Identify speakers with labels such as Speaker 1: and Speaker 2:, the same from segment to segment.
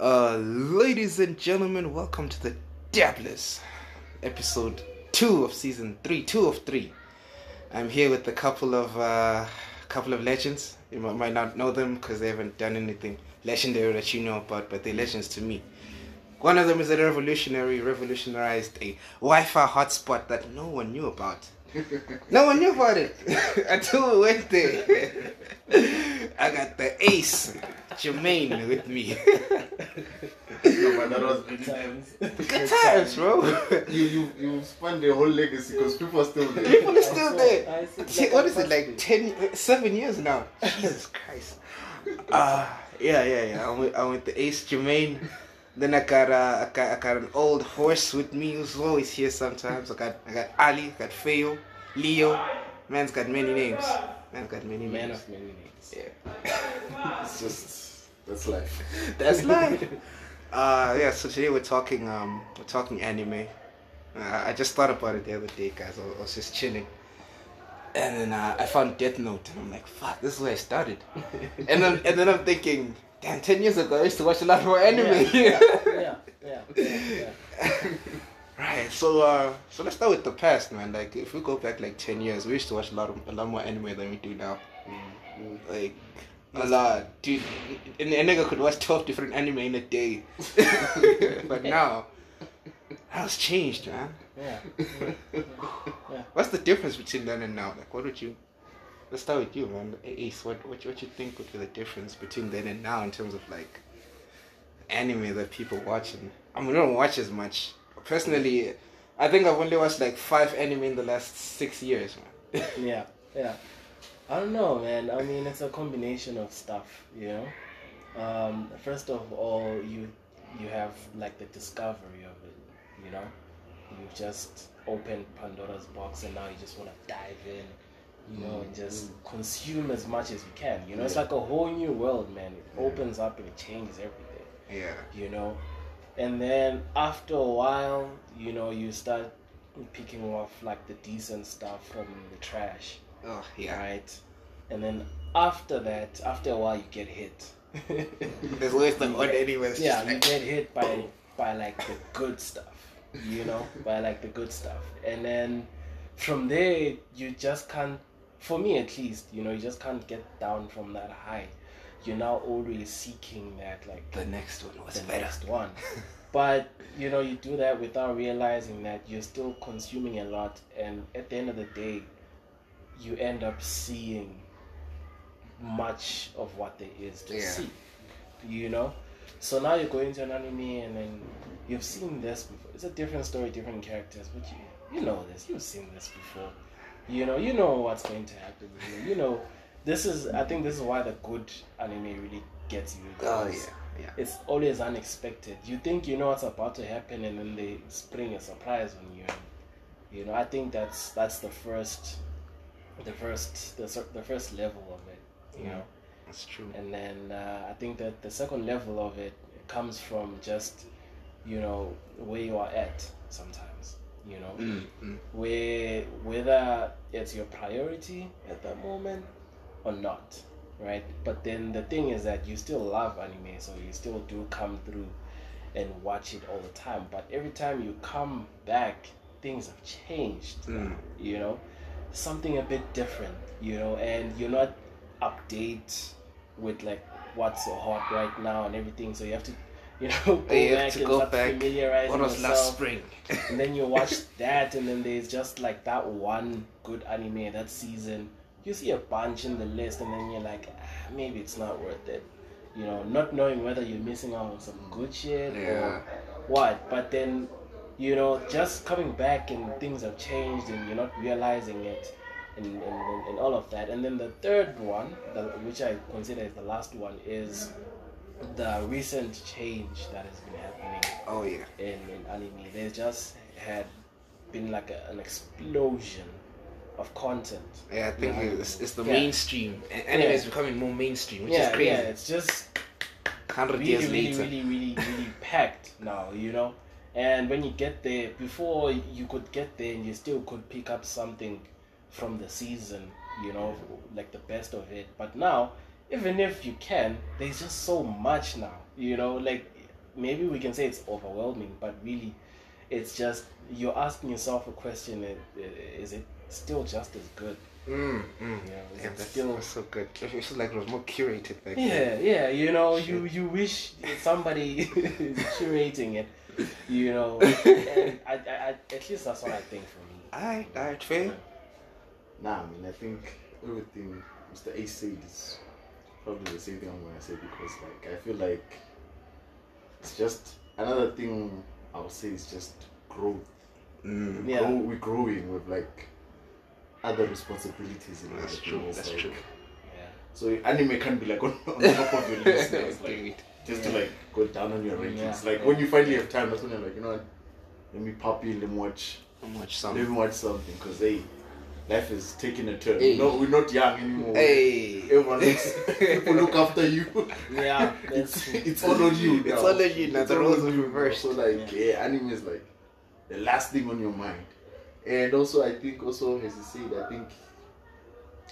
Speaker 1: Uh, ladies and gentlemen, welcome to the Dabblers, episode two of season three, two of three. I'm here with a couple of uh, couple of legends. You might, might not know them because they haven't done anything legendary that you know about, but they're legends to me. One of them is a revolutionary, revolutionized a Wi-Fi hotspot that no one knew about. No one knew about it until we went there. I got the ace, Jermaine, with me.
Speaker 2: No, but that was good times.
Speaker 1: Good times, bro.
Speaker 2: You you you spun the whole legacy because people are still there.
Speaker 1: People are still there.
Speaker 3: I said,
Speaker 1: Shit,
Speaker 3: like,
Speaker 1: what
Speaker 3: I
Speaker 1: is it
Speaker 3: passed
Speaker 1: like? Ten, seven years now. Jesus Christ. Uh yeah, yeah, yeah. I went, I went to Ace Jermaine. Then I got, uh, I got, I got an old horse with me who's always here sometimes. I got, I got Ali, I got Feo, Leo. Man's got many names. Man's got many
Speaker 3: Man
Speaker 1: names.
Speaker 3: of many names.
Speaker 1: Yeah,
Speaker 2: It's just that's life.
Speaker 1: that's life. Uh, yeah. So today we're talking, um, we're talking anime. Uh, I just thought about it the other day, guys. I was, I was just chilling, and then uh, I found Death Note, and I'm like, "Fuck, this is where I started." and then, and then I'm thinking, "Damn, ten years ago, I used to watch a lot more anime."
Speaker 3: Yeah, yeah, yeah, yeah,
Speaker 1: right. So, uh, so let's start with the past, man. Like, if we go back like ten years, we used to watch a lot, of, a lot more anime than we do now. Like. A lot, dude. And a nigga could watch twelve different anime in a day. but now, how's changed, man?
Speaker 3: yeah,
Speaker 1: What's the difference between then and now? Like, what would you? Let's start with you, man. Ace, what what what you think would be the difference between then and now in terms of like anime that people watch? And I mean, we don't watch as much. Personally, I think I've only watched like five anime in the last six years, man.
Speaker 3: yeah, yeah, yeah. I don't know, man. I mean, it's a combination of stuff, you know. Um, first of all, you you have like the discovery of it, you know. You just opened Pandora's box, and now you just want to dive in, you know, and just consume as much as you can. You know, it's
Speaker 2: Yeah.
Speaker 3: like a whole new world, man. It opens up and it changes everything.
Speaker 1: yeah.
Speaker 3: you know and then after a while you know you start picking off like the decent stuff from the trash
Speaker 1: Oh yeah.
Speaker 3: right and then after that after a while you get hit
Speaker 1: There's always the odd anime. that's
Speaker 3: yeah
Speaker 1: just
Speaker 3: you
Speaker 1: like,
Speaker 3: get hit by by like the good stuff you know by like the good stuff and then from there you just can't for me at least you know you just can't get down from that high you're now always seeking that like
Speaker 1: the next one was
Speaker 3: the
Speaker 1: better.
Speaker 3: next one. But you know, you do that without realizing that you're still consuming a lot, and at the end of the day, you end up seeing much of what there is to
Speaker 1: Yeah.
Speaker 3: see. You know, so now you're going to an anime, and then you've seen this before. It's a different story, different characters, but you you know this. You've seen this before. You know, you know what's going to happen. here. You know, this is. I think this is why the good anime really gets you.
Speaker 1: Oh
Speaker 3: because
Speaker 1: yeah, yeah.
Speaker 3: it's always unexpected. You think you know what's about to happen, and then they spring a surprise on you. you know, I think that's that's the first, the first, the, sor- the first level of it. You know,
Speaker 1: That's true.
Speaker 3: and then uh, I think that the second level of it comes from just, you know, where you are at sometimes. You know,
Speaker 1: Mm, mm.
Speaker 3: where whether it's your priority at that moment or not right but then the thing is that you still love anime so you still do come through and watch it all the time but every time you come back things have changed
Speaker 1: Mm.
Speaker 3: you know something a bit different you know and you're not update with like what's so hot right now and everything so you have to you know go
Speaker 1: You have
Speaker 3: back
Speaker 1: to
Speaker 3: and
Speaker 1: go
Speaker 3: start
Speaker 1: back.
Speaker 3: familiarizing
Speaker 1: What was
Speaker 3: yourself
Speaker 1: last spring?
Speaker 3: and then you watch that, and then there's just like that one good anime that season. You see a bunch in the list, and then you're like, ah, maybe it's not worth it. You know, not knowing whether you're missing out on some good shit
Speaker 1: Yeah.
Speaker 3: or what. But then, you know, just coming back and things have changed, and you're not realizing it, and, and, and, and all of that. And then the third one, the, which I consider is the last one, is the recent change that has been happening
Speaker 1: Oh yeah.
Speaker 3: in, in anime. There just had been like a, an explosion of content.
Speaker 1: Yeah, I think
Speaker 3: Yeah.
Speaker 1: it's, it's the
Speaker 3: Yeah.
Speaker 1: mainstream. A- Anime
Speaker 3: Yeah.
Speaker 1: is becoming more mainstream, which
Speaker 3: yeah,
Speaker 1: is crazy.
Speaker 3: yeah, it's just
Speaker 1: Hundred
Speaker 3: really,
Speaker 1: years
Speaker 3: really,
Speaker 1: later.
Speaker 3: really, really, really packed now, you know. And when you get there, before you could get there, and you still could pick up something from the season, you know, like the best of it. But now, even if you can, there's just so much now, you know, like maybe we can say it's overwhelming, but really, it's just you're asking yourself a question: i- i- Is it still just as good?
Speaker 1: Mm, mm.
Speaker 3: You know, is
Speaker 1: Yeah,
Speaker 3: it
Speaker 1: that's
Speaker 3: still
Speaker 1: that's so good. It feels like it was more curated back
Speaker 3: yeah,
Speaker 1: then.
Speaker 3: yeah, you know,
Speaker 1: Shit.
Speaker 3: you you wish somebody is curating it, you know. and I, I, I, at least that's what I think for me.
Speaker 1: Alright, alright, fair.
Speaker 2: Nah, I mean, I think everything Mr. Ace said is probably the same thing I'm gonna say because, like, I feel like it's just another thing I would say is just growth.
Speaker 1: Mm.
Speaker 3: Yeah.
Speaker 2: Grow- we're growing with like other responsibilities in
Speaker 1: That's
Speaker 2: life, you
Speaker 1: true,
Speaker 2: know, it's
Speaker 1: that's
Speaker 2: like-
Speaker 1: true.
Speaker 3: Yeah,
Speaker 2: So anime can't be like on, on top of your list, it's like,
Speaker 1: Dude.
Speaker 2: just
Speaker 3: Yeah.
Speaker 2: to like go down on your rankings.
Speaker 3: Yeah.
Speaker 2: Like when you finally have time, that's when you're like, you know what? Let me pop in, let me watch
Speaker 1: Watch
Speaker 2: Let me
Speaker 1: some.
Speaker 2: watch something because hey, life is taking a turn.
Speaker 1: Hey.
Speaker 2: No, we're not young anymore.
Speaker 1: Hey.
Speaker 2: Everyone looks, people look after you.
Speaker 3: yeah, that's
Speaker 2: It's,
Speaker 3: true.
Speaker 2: it's all on you.
Speaker 1: It's
Speaker 2: now.
Speaker 1: all on you now,
Speaker 2: It's
Speaker 1: the
Speaker 2: all
Speaker 1: roles
Speaker 2: on
Speaker 1: are
Speaker 2: you now.
Speaker 1: reversed.
Speaker 2: So like, yeah. anime is like the last thing on your mind. And also, I think also as you said, I think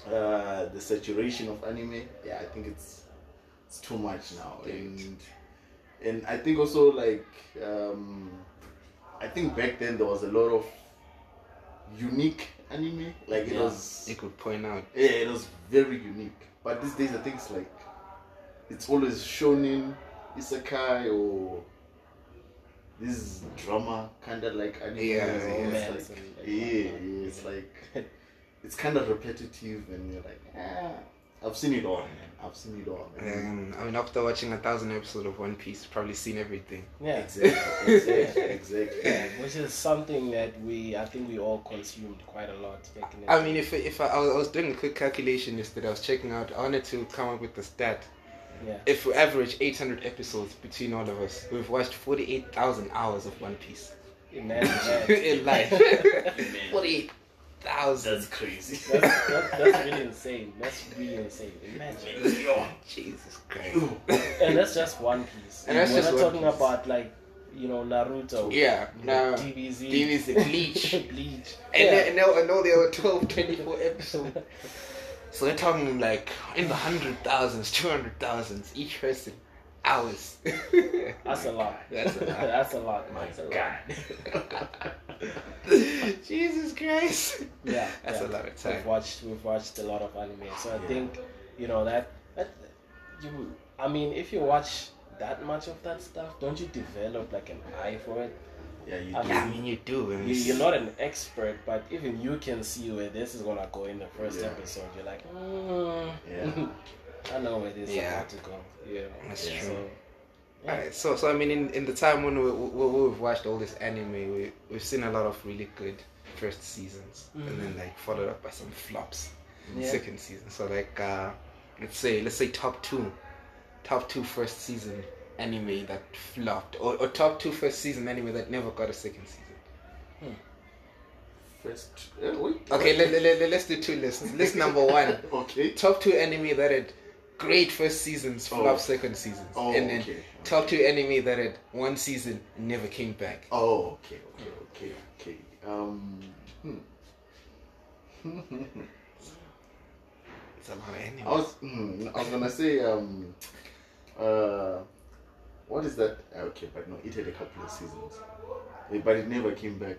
Speaker 2: uh, the saturation of anime. Yeah, I think it's it's too much now. And and I think also like um, I think back then there was a lot of unique anime. Like it
Speaker 3: Yeah.
Speaker 2: was
Speaker 1: You could point out.
Speaker 2: yeah, it was very unique. But these days, I think it's like it's always shonen, isekai, or this drama kind of like anime.
Speaker 1: Yeah,
Speaker 2: It's
Speaker 1: yeah.
Speaker 2: always
Speaker 3: Romance
Speaker 2: like-
Speaker 3: and like
Speaker 2: yeah,
Speaker 3: whatnot.
Speaker 2: yeah, it's like it's kind of repetitive, and you're like, ah, I've seen it all, man. I've seen it all, man.
Speaker 1: Um, I mean, after watching a thousand episodes of One Piece, probably seen everything.
Speaker 3: yeah,
Speaker 2: Exactly, exactly, exactly.
Speaker 3: yeah, which is something that we I think we all consumed quite a lot back in the
Speaker 1: I
Speaker 3: day.
Speaker 1: mean, if if I, I was- I was doing a quick calculation yesterday, I was checking out. I wanted to come up with the stat.
Speaker 3: yeah,
Speaker 1: If we average 800 episodes between all of us, we've watched 48,000 hours of One Piece
Speaker 3: imagine that.
Speaker 1: in life.
Speaker 3: that's,
Speaker 2: Man,
Speaker 1: 48,000.
Speaker 2: That's crazy.
Speaker 3: that's, that's really insane. That's really insane. Imagine.
Speaker 2: Yo.
Speaker 1: Jesus Christ.
Speaker 3: And that's just one piece.
Speaker 1: And that's
Speaker 3: We're
Speaker 1: just
Speaker 3: not
Speaker 1: One
Speaker 3: talking
Speaker 1: Piece.
Speaker 3: about like you know Naruto,
Speaker 1: Yeah, now.
Speaker 3: DBZ,
Speaker 1: DBZ, Bleach.
Speaker 3: Bleach.
Speaker 1: And,
Speaker 3: yeah.
Speaker 1: then- and, all- and all the other 12, 24 episodes. So they're talking like in the hundred thousands, two hundred thousands each person, hours.
Speaker 3: that's a lot.
Speaker 1: That's a lot.
Speaker 3: that's a lot.
Speaker 2: My
Speaker 3: That's a lot.
Speaker 2: God.
Speaker 1: Jesus Christ.
Speaker 3: Yeah,
Speaker 1: That's
Speaker 3: yeah.
Speaker 1: a lot of
Speaker 3: We've
Speaker 1: time.
Speaker 3: watched we've watched a lot of anime, so I
Speaker 2: Yeah.
Speaker 3: think you know that that you. I mean, if you watch that much of that stuff, don't you develop like an eye for it?
Speaker 2: yeah, you
Speaker 3: I
Speaker 2: do.
Speaker 1: Yeah, I mean you do. and
Speaker 3: You,
Speaker 1: it's-
Speaker 3: you're not an expert, but even you can see where this is gonna go in the first
Speaker 2: Yeah.
Speaker 3: episode. You're like, mm,
Speaker 2: Yeah.
Speaker 3: I know where this
Speaker 1: Yeah.
Speaker 3: is going to go. Yeah,
Speaker 1: That's
Speaker 3: yeah.
Speaker 1: true.
Speaker 3: So, yeah.
Speaker 1: Alright, so so I mean, in, in the time when we, we we've watched all this anime, we we've seen a lot of really good first seasons,
Speaker 2: Mm.
Speaker 1: and then like followed up by some flops in
Speaker 3: Yeah.
Speaker 1: second season. So like, uh, let's say let's say top two, top two first season anime that flopped, or, or top two first season anime that never got a second season.
Speaker 2: First, eh, wait.
Speaker 1: Okay, let, let, let, let's do two lists. List number one:
Speaker 2: Okay.
Speaker 1: top two anime that had great first seasons,
Speaker 2: Oh.
Speaker 1: flop second seasons,
Speaker 2: Oh,
Speaker 1: and then
Speaker 2: okay.
Speaker 1: top two anime that had one season and never came back.
Speaker 2: Oh, okay, okay, okay, okay. Um, hmm.
Speaker 1: It's a lot of anime.
Speaker 2: I
Speaker 3: Oh,
Speaker 2: was, hmm, I was gonna say, um, uh, what is that? Ah, Okay, but no, it had a couple of seasons, Eh, but it never came back.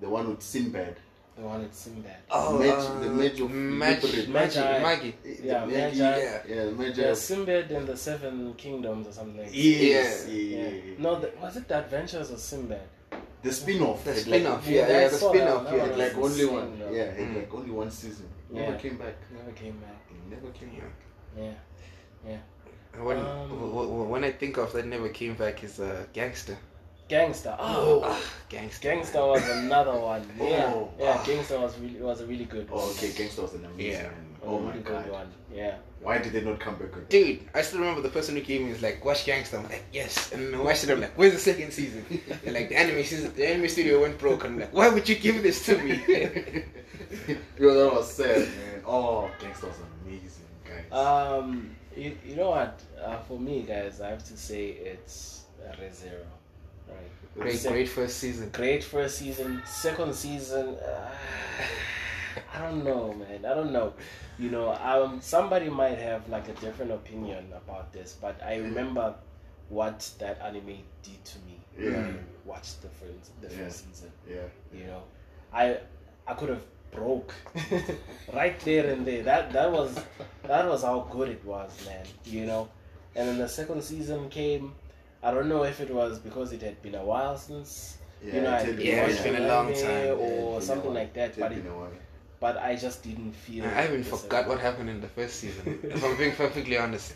Speaker 2: The one with Sinbad,
Speaker 3: The one at Sinbad.
Speaker 1: Oh,
Speaker 2: Magi-
Speaker 1: uh,
Speaker 2: the Magi of
Speaker 1: Magi,
Speaker 2: Liberate.
Speaker 1: Magi,
Speaker 3: Magi.
Speaker 1: Magi.
Speaker 2: Eh, the
Speaker 3: Yeah,
Speaker 2: Magi-
Speaker 3: Magi.
Speaker 2: yeah, the Magi.
Speaker 3: Yeah, Sinbad and the Seven Kingdoms or something. like that.
Speaker 2: Yes,
Speaker 1: Yeah.
Speaker 2: yeah, yeah,
Speaker 3: Yeah.
Speaker 2: yeah.
Speaker 3: No, the, was it the Adventures of Sinbad?
Speaker 2: the spin-off.
Speaker 1: The
Speaker 2: had, like,
Speaker 1: spin-off,
Speaker 3: Yeah,
Speaker 1: yeah, yeah,
Speaker 3: that's
Speaker 1: the
Speaker 3: what I
Speaker 1: spin-off,
Speaker 3: love.
Speaker 1: yeah.
Speaker 2: had, like
Speaker 3: It's
Speaker 2: only
Speaker 3: insane,
Speaker 2: one,
Speaker 3: though.
Speaker 2: yeah, had,
Speaker 1: Mm.
Speaker 2: like only one season.
Speaker 3: Yeah.
Speaker 2: Never came back.
Speaker 3: Never came back.
Speaker 2: It never came back.
Speaker 3: Yeah.
Speaker 1: When,
Speaker 3: Um,
Speaker 1: w- w- when I think of that never came back is uh, Gangster.
Speaker 3: Gangster. Oh.
Speaker 1: Ah, Gangster.
Speaker 3: Gangster uh, was another one. Yeah.
Speaker 2: Oh.
Speaker 3: yeah,
Speaker 1: Ah.
Speaker 3: Gangster was really was a really good one.
Speaker 2: Oh, okay, Gangsta was an amazing
Speaker 1: Yeah.
Speaker 2: anime.
Speaker 3: Was a
Speaker 2: Oh my
Speaker 3: really
Speaker 2: god.
Speaker 3: good one. Yeah.
Speaker 2: Why did they not come back with
Speaker 1: Dude, I still remember the person who came in was like, watch Gangster. I'm like, yes. And I watched it, I'm like, where's the second season? And like, the anime season, the anime studio went broke. I'm like, why would you give this to me?
Speaker 2: Yo, that was sad, man. Oh, Gangsta was amazing, guys.
Speaker 3: Um, you, you know what? Uh, for me, guys, I have to say it's uh, ReZero. Right.
Speaker 1: great,
Speaker 3: Sec-
Speaker 1: great first season.
Speaker 3: Great first season. Second season, uh, I don't know, man. I don't know. You know, um, somebody might have like a different opinion about this, but I remember what that anime did to me
Speaker 2: Yeah.
Speaker 3: when I watched the first the
Speaker 2: Yeah.
Speaker 3: first season.
Speaker 2: Yeah.
Speaker 3: You know, I I could have broke right there and there. That that was that was how good it was, man. You know, and then the second season came. I don't know if it was because it had been a while since
Speaker 2: Yeah,
Speaker 3: you know I
Speaker 2: it had
Speaker 1: Yeah,
Speaker 2: while.
Speaker 1: it's been a long
Speaker 3: anime
Speaker 1: time.
Speaker 2: Yeah,
Speaker 3: or
Speaker 2: it's been a
Speaker 3: something
Speaker 2: while.
Speaker 3: like that.
Speaker 2: It had
Speaker 3: But it,
Speaker 2: been a while.
Speaker 3: but I just didn't feel.
Speaker 1: I even
Speaker 3: the
Speaker 1: forgot
Speaker 3: same.
Speaker 1: what happened in the first season. If I'm being perfectly honest.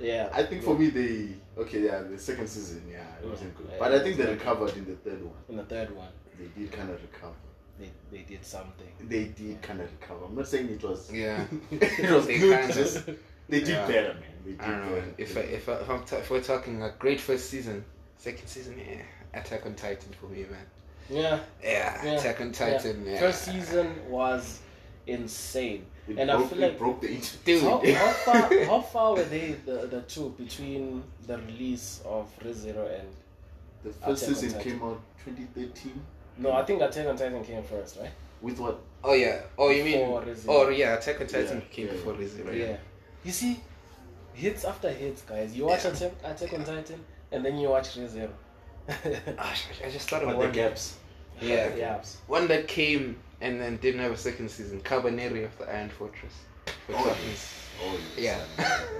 Speaker 3: Yeah,
Speaker 2: I think for me they okay yeah the second season yeah it wasn't good
Speaker 3: Yeah,
Speaker 2: but I think
Speaker 3: it's
Speaker 2: they
Speaker 3: not
Speaker 2: recovered in the third one
Speaker 3: in the third one,
Speaker 2: they did kind of recover
Speaker 3: they they did something.
Speaker 2: they did kind of recover I'm not saying it was
Speaker 1: yeah.
Speaker 2: it was
Speaker 1: They
Speaker 2: good
Speaker 1: kinda-
Speaker 2: just they did
Speaker 1: Yeah.
Speaker 2: better man they did
Speaker 1: I don't know.
Speaker 2: better
Speaker 1: If I, if I, if, I'm ta- if we're talking a great first season, second season, yeah, Attack on Titan for me, man.
Speaker 3: Yeah,
Speaker 1: Yeah,
Speaker 3: Yeah,
Speaker 1: Attack on Titan. Yeah.
Speaker 3: first season was insane.
Speaker 2: it
Speaker 3: and I
Speaker 2: broke,
Speaker 3: feel
Speaker 2: it
Speaker 3: like-
Speaker 2: broke the internet
Speaker 1: Dude.
Speaker 3: How, how far how far were they the, the two between the release of ReZero and
Speaker 2: the
Speaker 3: Attack on
Speaker 2: first season
Speaker 3: Titan.
Speaker 2: came out 2013
Speaker 3: no I think Attack on Titan came first right
Speaker 2: with what
Speaker 1: Oh yeah. Oh, you
Speaker 3: Before
Speaker 1: mean?
Speaker 3: ReZero.
Speaker 1: Oh yeah, Attack on Titan
Speaker 2: Yeah,
Speaker 1: came
Speaker 2: yeah,
Speaker 1: before ReZero.
Speaker 3: yeah. you see hits after hits guys you watch
Speaker 1: Yeah.
Speaker 3: Attack, Attack on Titan and then you watch ReZero
Speaker 1: Gosh, Ah, I just thought of
Speaker 2: what the
Speaker 1: one.
Speaker 2: gaps
Speaker 1: Yeah.
Speaker 3: yeah
Speaker 1: One that came and then didn't have a second season. Carbonari of the Iron Fortress. For
Speaker 2: Oh,
Speaker 1: fucking-
Speaker 2: oh
Speaker 1: yeah.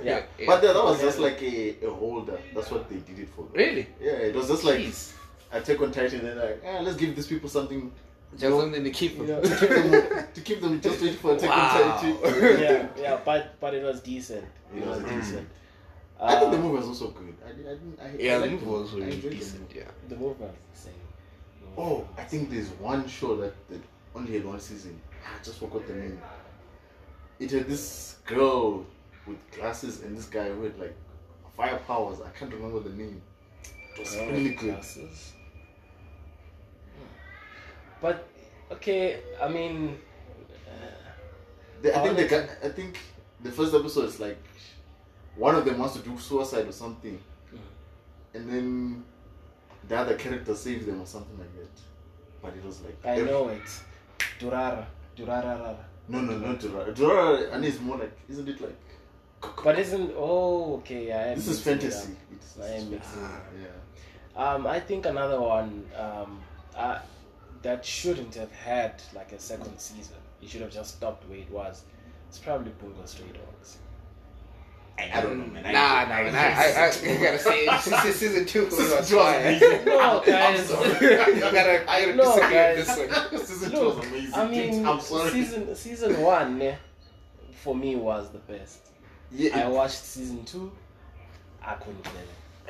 Speaker 2: yes.
Speaker 3: Yeah.
Speaker 2: but that, that was just like a, a holder that's what they did it for
Speaker 1: really.
Speaker 2: yeah it was just like
Speaker 1: Jeez.
Speaker 2: Attack on Titan they're like ah, let's give these people something
Speaker 1: Just something to keep
Speaker 3: Yeah.
Speaker 2: to keep them, to keep them just waiting for a second
Speaker 1: Wow.
Speaker 2: time.
Speaker 3: yeah yeah but but it was decent
Speaker 2: It was
Speaker 1: decent.
Speaker 2: Mm. I think the
Speaker 3: Uh,
Speaker 2: movie was also good. I, did- I, didn't, I, I
Speaker 1: Yeah, the
Speaker 2: liked
Speaker 1: movie was
Speaker 2: I
Speaker 1: really
Speaker 2: enjoyed the
Speaker 1: decent. Yeah.
Speaker 3: the movie was insane
Speaker 2: movie. Oh, I think there's one show that, that only had one season. I just forgot the name. It had this girl with glasses and this guy who had like fire powers. I can't remember the name. It was
Speaker 3: Oh,
Speaker 2: really good.
Speaker 3: classes. But okay, I mean,
Speaker 2: The, I think the
Speaker 3: How
Speaker 2: guy, I think the first episode is like one of them wants to do suicide or something,
Speaker 3: Mm.
Speaker 2: and then the other character saves them or something like that. But it was like
Speaker 3: I
Speaker 2: every-
Speaker 3: know it. Durara, Durara.
Speaker 2: No, no, not Durara. Durara, and it's more like isn't it like?
Speaker 3: But isn't oh okay? I am
Speaker 2: this is
Speaker 3: mixing it
Speaker 2: fantasy. Ah, It's,
Speaker 3: I am
Speaker 2: it's
Speaker 3: mixing it up.
Speaker 2: yeah.
Speaker 3: up. Um, I think another one um, uh, that shouldn't have had like a second season. It should have just stopped where it was. It's probably Bungo Stray Dogs.
Speaker 2: I, I don't know, man.
Speaker 1: Mm. Nah, nah, nah. I, I, I gotta say, season, season two was
Speaker 2: Season two was
Speaker 1: fire.
Speaker 2: amazing.
Speaker 3: No,
Speaker 2: I'm
Speaker 3: guys.
Speaker 2: sorry.
Speaker 1: I gotta, I gotta
Speaker 3: No,
Speaker 1: disagree with this
Speaker 3: guys.
Speaker 1: one.
Speaker 2: season two
Speaker 3: Look,
Speaker 2: was amazing.
Speaker 3: I mean,
Speaker 2: I'm sorry.
Speaker 3: season season one eh, for me was the best. I
Speaker 2: yeah,
Speaker 3: watched season two. I couldn't get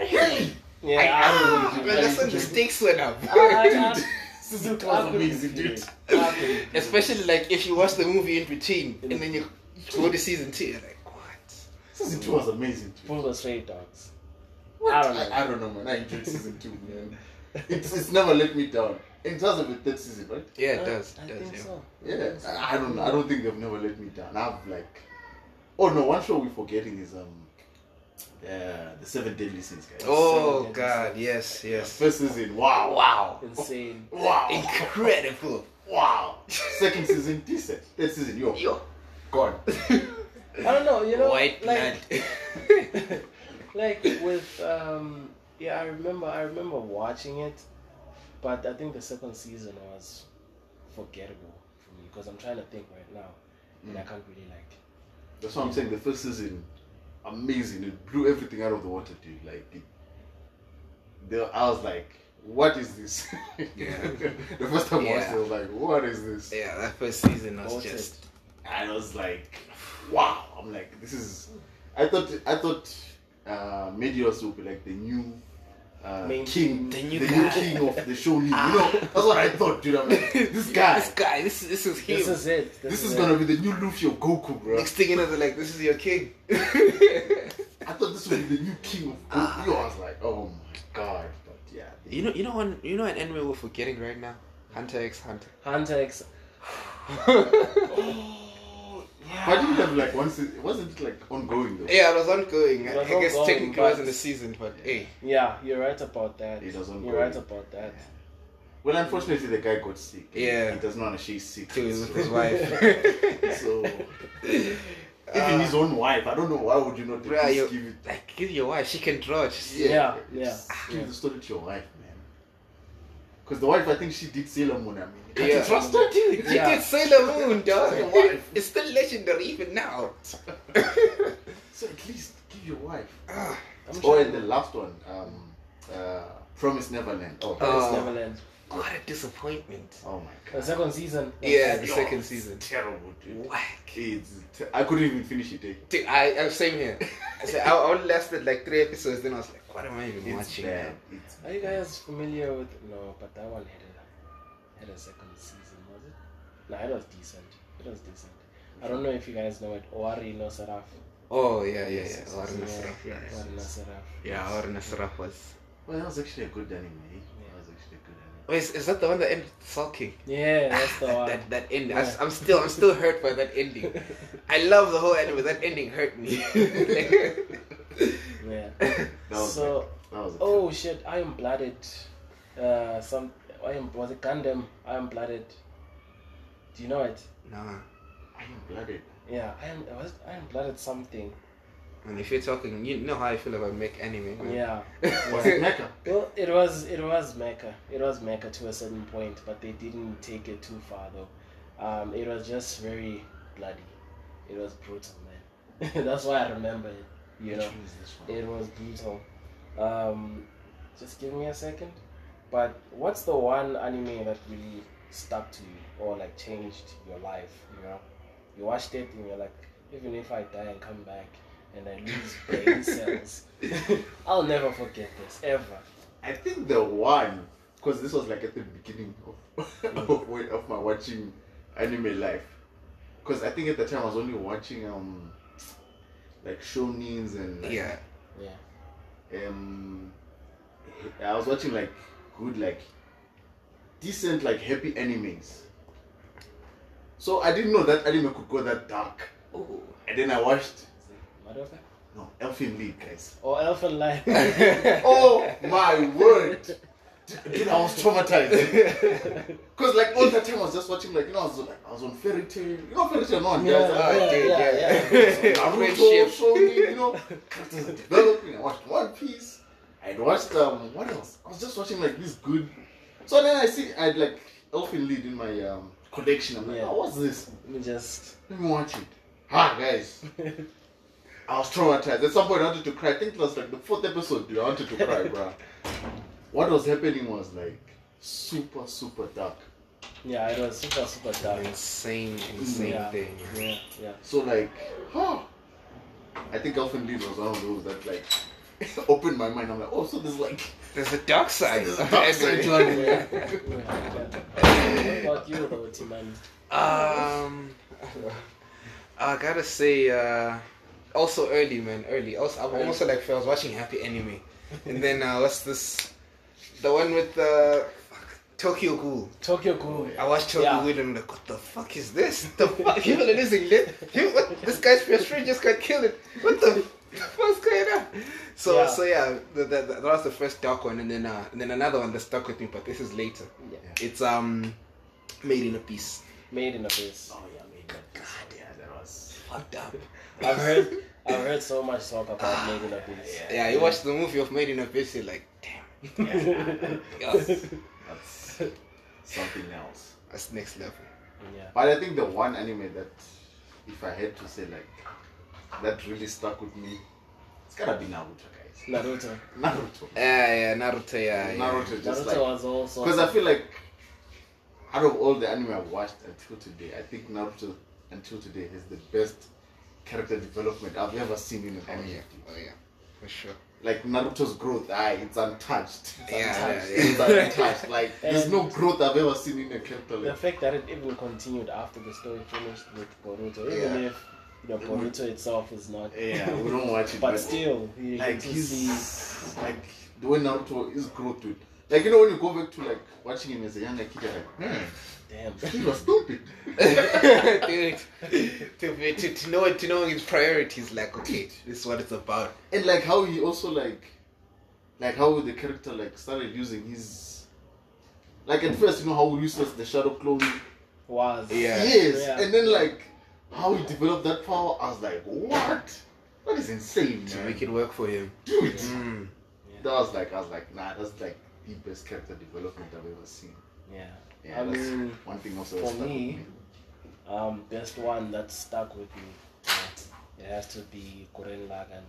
Speaker 3: it.
Speaker 2: hey,
Speaker 3: Yeah,
Speaker 1: Ah,
Speaker 3: couldn't
Speaker 1: man,
Speaker 3: get
Speaker 1: that's
Speaker 3: it.
Speaker 1: when the stakes went up.
Speaker 3: I- I-
Speaker 2: season two
Speaker 3: I
Speaker 2: was
Speaker 3: couldn't
Speaker 2: amazing,
Speaker 3: get
Speaker 2: dude.
Speaker 3: it. I couldn't get it.
Speaker 1: Especially like if you watch the movie in between and then you go to season two, you're like, what?
Speaker 2: Season two was amazing, dude.
Speaker 3: Bungo Stray Dogs.
Speaker 2: What?
Speaker 3: I don't know.
Speaker 2: I, don't know, man. I enjoyed season two, man. It's, it's never let me down. In terms of the third season, right?
Speaker 1: Yeah,
Speaker 3: I-
Speaker 1: it does.
Speaker 3: Uh, I
Speaker 1: It does.
Speaker 3: think
Speaker 1: yeah.
Speaker 3: so.
Speaker 2: Yeah, I, I don't. I don't think they've never let me down. I've like, oh no, one show we're forgetting is um, uh, the Seven Deadly Sins, guys.
Speaker 1: Oh
Speaker 3: Seven
Speaker 1: God,
Speaker 3: episodes.
Speaker 1: yes, yes.
Speaker 2: First season, wow, wow,
Speaker 3: Insane.
Speaker 2: wow,
Speaker 1: Incredible.
Speaker 2: wow. Second season, decent. Third season, yo,
Speaker 1: Yo.
Speaker 2: gone.
Speaker 3: I don't know. You know,
Speaker 1: White
Speaker 3: like,
Speaker 1: blood.
Speaker 3: like with um, yeah, I remember. I remember watching it, but I think the second season was forgettable for me because I'm trying to think right now, and I
Speaker 2: Mm.
Speaker 3: can't really like.
Speaker 2: That's what I'm saying. The first season, amazing. It blew everything out of the water, dude. Like, it, the, I was like, what is this?
Speaker 1: Yeah.
Speaker 2: the first time I
Speaker 1: Yeah.
Speaker 2: watched it, I was like, what is this?
Speaker 1: yeah, that first season was
Speaker 3: Bolted.
Speaker 1: just
Speaker 2: I was like, wow. I'm like, this is. I thought I thought uh, Medios would be like the new uh,
Speaker 3: Main-
Speaker 2: king,
Speaker 1: the new guy.
Speaker 2: king of the show. You know, that's what I thought, dude. I'm like, this guy,
Speaker 1: This guy. This this is him.
Speaker 3: This is it.
Speaker 2: this is
Speaker 3: it.
Speaker 2: gonna be the new Luffy of Goku, bro.
Speaker 1: Next thing you know, they're like, "This is your king."
Speaker 2: I thought this would be the new king of Goku. I was like, oh my god, but yeah.
Speaker 1: you know, you know one, you know an anime we're forgetting right now, Hunter X Hunter.
Speaker 3: Hunter X.
Speaker 2: Why didn't have like one season? Wasn't it like ongoing though?
Speaker 1: yeah, it was ongoing.
Speaker 3: It was
Speaker 1: I guess
Speaker 3: ongoing,
Speaker 1: technically it
Speaker 3: but-
Speaker 1: wasn't a season, but hey,
Speaker 3: Yeah, you're right about that.
Speaker 2: It doesn't
Speaker 3: You're
Speaker 2: go.
Speaker 3: right about that.
Speaker 2: Well, unfortunately, the guy got sick.
Speaker 1: Yeah.
Speaker 2: He doesn't want to share sick.
Speaker 1: he was with
Speaker 2: so-
Speaker 1: his wife.
Speaker 2: So Even
Speaker 1: Ah.
Speaker 2: his own wife. I don't know why would you not at
Speaker 1: Bruh,
Speaker 2: least
Speaker 1: you-
Speaker 2: give it.
Speaker 1: Like, give your wife. She can draw. She's,
Speaker 3: Yeah,
Speaker 2: just
Speaker 3: yeah,
Speaker 2: Give
Speaker 3: yeah.
Speaker 2: the story to your wife, man. Because the wife, I think she did Sailor Moon. I mean, can't
Speaker 1: Yeah.
Speaker 2: you trust her, dude?
Speaker 1: She
Speaker 3: Yeah.
Speaker 1: did Sailor Moon, dog.
Speaker 2: Your wife.
Speaker 1: It's still legendary even now.
Speaker 2: So at least give your wife.
Speaker 1: Ah,
Speaker 3: I'm
Speaker 2: Oh,
Speaker 3: sure
Speaker 2: and the last one, um, uh, Promise Neverland. Oh,
Speaker 1: Oh.
Speaker 3: Promised Neverland.
Speaker 1: what a disappointment.
Speaker 2: oh my
Speaker 3: The
Speaker 2: god.
Speaker 3: second season.
Speaker 1: Yeah, the
Speaker 2: Yo,
Speaker 1: second
Speaker 2: it's
Speaker 1: season.
Speaker 2: Terrible, dude.
Speaker 1: Whack.
Speaker 2: It's te- I couldn't even finish it. Eh?
Speaker 1: Dude, I, I same here. I, said, I, I only lasted like three episodes, then I was like, what am I even
Speaker 2: It's
Speaker 1: watching?
Speaker 2: bad. It's
Speaker 3: Are you guys familiar with? No, but that one had a had a second season, was it? No, it was decent. It was decent. I don't know if you guys know it. Owari no Saraf.
Speaker 1: Oh, yeah, yeah, yeah.
Speaker 3: Yes,
Speaker 1: War
Speaker 3: yes,
Speaker 1: Nasraf, yeah.
Speaker 3: Owari no Saraf.
Speaker 1: Yeah, War Nasraf was.
Speaker 2: Well, that was actually a good anime. eh?
Speaker 3: Yeah.
Speaker 2: That was actually a good anime.
Speaker 1: Wait, is, is that the one that ended with Soul King?
Speaker 3: Yeah, that's the
Speaker 1: that,
Speaker 3: one.
Speaker 1: that, that ending.
Speaker 3: Yeah.
Speaker 1: I, am still I'm still hurt by that ending. I love the whole anime. That ending hurt me.
Speaker 3: Yeah.
Speaker 2: That was
Speaker 3: So-
Speaker 2: a- that was a
Speaker 3: Oh shit! I am blooded. Uh, some I am was it Gundam? I am blooded. Do you know it?
Speaker 1: nah,
Speaker 2: I am blooded.
Speaker 3: Yeah, I am. Was it I am blooded something?
Speaker 1: and if you're talking, you know how I feel about mech anime. man.
Speaker 3: Yeah.
Speaker 2: Was it Mecca?
Speaker 3: Well, it was it was Mecca. It was Mecca to a certain point, but they didn't take it too far though. Um, it was just very bloody. It was brutal, man. That's why I remember it. You know,
Speaker 2: Which one is this one?
Speaker 3: it was brutal. Um, just give me a second. But what's the one anime that really stuck to you or like changed your life? You know, you watched it and you're like, even if I die and come back and I lose brain cells, I'll never forget this ever.
Speaker 2: I think the one, because this was like at the beginning of of, when- of my watching anime life. Because I think at the time I was only watching um like shonens and like,
Speaker 1: Yeah.
Speaker 3: Yeah.
Speaker 2: um I was watching like good like decent like happy animes. So I didn't know that anime could go that dark.
Speaker 1: Ooh.
Speaker 2: And then I watched
Speaker 3: Motherfucker.
Speaker 2: no Elfin League guys.
Speaker 3: Or Elfin Lion.
Speaker 2: Oh my word! Dude, I was traumatized. Cause like all the time I was just watching like you know I was like I was on fairy tale. You know fairy tale, no one
Speaker 3: Yeah,
Speaker 2: does.
Speaker 1: Oh,
Speaker 2: I-
Speaker 1: dude,
Speaker 3: Yeah,
Speaker 1: yeah.
Speaker 2: Naruto,
Speaker 1: Friendship.
Speaker 2: Shonen, you know, characters are developing. I watched One Piece. I'd watched um what else? I was just watching like this good. So then I see I'd like Elfin Lead in my um collection. I'm like,
Speaker 3: Yeah.
Speaker 2: oh, what's this?
Speaker 3: Let me just.
Speaker 2: Let me watch it. Ah, guys. I was traumatized. At some point, I wanted to cry. I think it was like the fourth episode, dude. I wanted to cry, bruh. What was happening was like super, super dark.
Speaker 3: yeah, it was super, super dark.
Speaker 1: Insane, insane
Speaker 3: yeah.
Speaker 1: thing.
Speaker 3: Yeah, yeah.
Speaker 2: So, like, huh. I think Elfin Lead was one of those that, like, opened my mind. I'm like, oh, so there's like.
Speaker 1: There's a dark side.
Speaker 2: There's a dark side to anime.
Speaker 3: Yeah, yeah, yeah. What about you, Robert man?
Speaker 1: Um, I gotta say, uh, also early, man, early. Also, I'm almost like I was watching happy anime, and then uh, what's this? The one with the fuck, Tokyo Ghoul.
Speaker 3: Tokyo Ghoul.
Speaker 1: I watched Tokyo
Speaker 3: Yeah.
Speaker 1: Ghoul and I'm like, what the fuck is this? The fuck? People are losing lit. People- what- This guy's best friend just got killed. What the fuck's going on? So
Speaker 3: Yeah.
Speaker 1: so yeah, the, the, the- that was the first dark one, and then uh, and then another one that stuck with me, but this is later.
Speaker 3: Yeah.
Speaker 1: It's um, Made in a Piece.
Speaker 3: Made in Abyss.
Speaker 2: Oh, yeah, maybe. God, yeah, that was.
Speaker 1: Fucked up.
Speaker 3: I've heard, I've heard so much talk about Made in Abyss.
Speaker 2: Ah, yeah.
Speaker 1: Yeah, you watch the movie of Made in Abyss, you're like, damn,
Speaker 3: Yeah.
Speaker 1: Yes.
Speaker 2: That's something else.
Speaker 1: that's next level.
Speaker 3: yeah.
Speaker 2: But I think the one anime that, if I had to say, like, that really stuck with me, it's gotta be Naruto, guys.
Speaker 3: Naruto.
Speaker 2: Naruto.
Speaker 1: Yeah, yeah, Naruto, yeah, yeah.
Speaker 2: Naruto just
Speaker 3: Naruto
Speaker 2: like
Speaker 3: was also.
Speaker 2: because I feel like out of all the anime I've watched until today, I think Naruto until today has the best character development I've ever seen in an
Speaker 1: Oh
Speaker 2: anime.
Speaker 1: yeah, oh yeah, for sure.
Speaker 2: Like Naruto's growth, ah, it's untouched. It's
Speaker 1: Yeah,
Speaker 2: untouched.
Speaker 1: yeah, yeah.
Speaker 2: It's untouched. Like there's
Speaker 3: And-
Speaker 2: no growth I've ever seen in a character.
Speaker 3: The
Speaker 2: Like,
Speaker 3: fact that it even continued after the story finished with Boruto, even
Speaker 1: Yeah.
Speaker 3: if you know Boruto itself is not,
Speaker 2: yeah, we don't watch it,
Speaker 3: but still, you
Speaker 2: like
Speaker 3: get to see.
Speaker 2: he's like the way Naruto is growth dude. Like you know when you go back to like watching him as a younger kid, you're like,
Speaker 1: Hmm.
Speaker 2: man,
Speaker 3: Damn.
Speaker 2: he was stupid.
Speaker 1: Dude, to, be- to, to know to know his priorities, like okay, this is what it's about.
Speaker 2: and like how he also like like how the character like started using his like at first you know how useless the shadow clone
Speaker 3: Was.
Speaker 1: Yeah.
Speaker 2: yes
Speaker 3: Yeah.
Speaker 2: and then like how he developed that power, I was like, what? That is insane,
Speaker 1: to
Speaker 2: man.
Speaker 1: make it work for him.
Speaker 2: Dude,
Speaker 1: Mm.
Speaker 2: that was like, I was like, nah, that's like the best character development I've ever seen.
Speaker 3: Yeah.
Speaker 2: Yeah,
Speaker 3: I
Speaker 2: that's
Speaker 3: mean,
Speaker 2: one thing also
Speaker 3: for
Speaker 2: that stuck
Speaker 3: me-
Speaker 2: with me.
Speaker 3: Um, best one that stuck with me. yeah, It has to be Kuren Lagan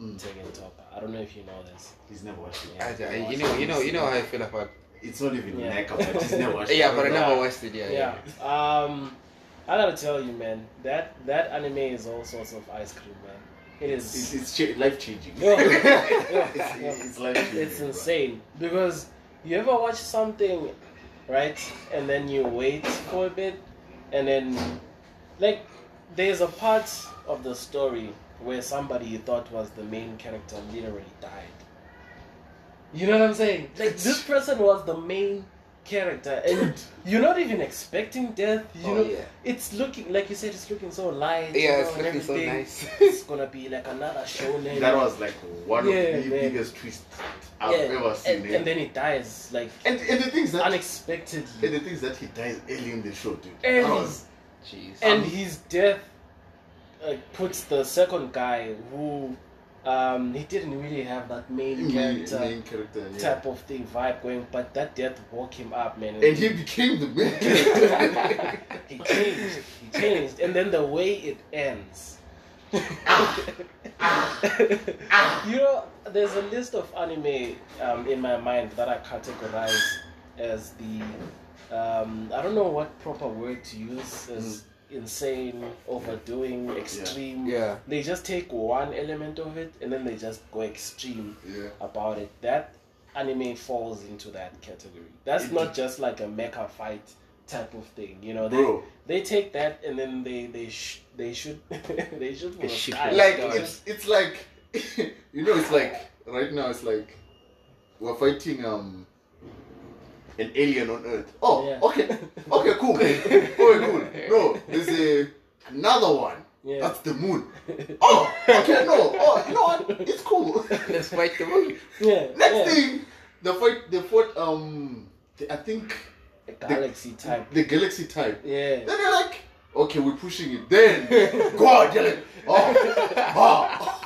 Speaker 2: Mm.
Speaker 3: Tengen Top. I don't know if you know this.
Speaker 2: He's never watched it.
Speaker 1: I,
Speaker 3: Yeah.
Speaker 1: I, you know, you know, you know how I feel about.
Speaker 2: It's not even
Speaker 3: Yeah.
Speaker 2: like about he's never watched
Speaker 1: Yeah,
Speaker 2: it.
Speaker 1: but I
Speaker 3: no.
Speaker 1: never watched it. Yeah, yeah.
Speaker 3: Yeah. Um, I gotta tell you, man, that that anime is all sorts of ice cream, man. It
Speaker 2: It's,
Speaker 3: is.
Speaker 2: it's cha- life changing.
Speaker 3: Yo, yo,
Speaker 2: it's,
Speaker 3: yo.
Speaker 2: it's life changing.
Speaker 3: It's insane because you ever watch something, right, and then you wait for a bit, and then like there's a part of the story where somebody you thought was the main character literally died. You know what I'm saying? Like this person was the main character, and you're not even expecting death. You
Speaker 1: Oh,
Speaker 3: know,
Speaker 1: yeah.
Speaker 3: it's looking like you said, it's looking so light. you
Speaker 1: Yeah,
Speaker 3: know,
Speaker 1: it's
Speaker 3: and
Speaker 1: looking so
Speaker 3: everything.
Speaker 1: nice.
Speaker 3: It's gonna be like another shonen.
Speaker 2: That was like one
Speaker 3: Yeah,
Speaker 2: of the
Speaker 3: man.
Speaker 2: biggest twists I've ever seen.
Speaker 3: and,
Speaker 2: eh?
Speaker 3: and then he dies like
Speaker 2: and, and the things that
Speaker 3: unexpectedly,
Speaker 2: and the things that he dies early in the show, dude.
Speaker 3: Early.
Speaker 2: That was
Speaker 1: Jeez.
Speaker 3: and his death uh, puts the second guy who um, he didn't really have that main
Speaker 2: main
Speaker 3: character
Speaker 2: Mm, main character. Yeah.
Speaker 3: type of thing vibe going, but that death woke him up, man.
Speaker 2: And he became the main character.
Speaker 3: he changed, he changed, and then the way it ends. you know, there's a list of anime um, in my mind that I categorize as the um, I don't know what proper word to use as insane, overdoing, extreme.
Speaker 1: yeah.
Speaker 3: They just take one element of it and then they just go extreme
Speaker 2: yeah.
Speaker 3: about it. That anime falls into that category. That's
Speaker 2: It
Speaker 3: not
Speaker 2: did.
Speaker 3: just like a mecha fight type of thing, you know. They,
Speaker 2: Bro,
Speaker 3: they take that and then they they sh- they should they should
Speaker 1: They shoot for
Speaker 2: like
Speaker 1: God.
Speaker 2: it's it's like you know it's like right now it's like we're fighting um an alien on Earth. Oh,
Speaker 3: Yeah.
Speaker 2: okay, okay, cool, okay, cool. No, there's a another one.
Speaker 3: Yeah.
Speaker 2: That's the moon. Oh, okay, no. Oh, you know what? It's cool.
Speaker 1: Let's fight the movie.
Speaker 3: yeah,
Speaker 2: Next
Speaker 3: yeah.
Speaker 2: thing, the fight, the fought um, the, I think
Speaker 3: a galaxy type.
Speaker 2: the galaxy type.
Speaker 3: Yeah.
Speaker 2: Then they're like, okay, we're pushing it. Then God, they're like, oh, oh.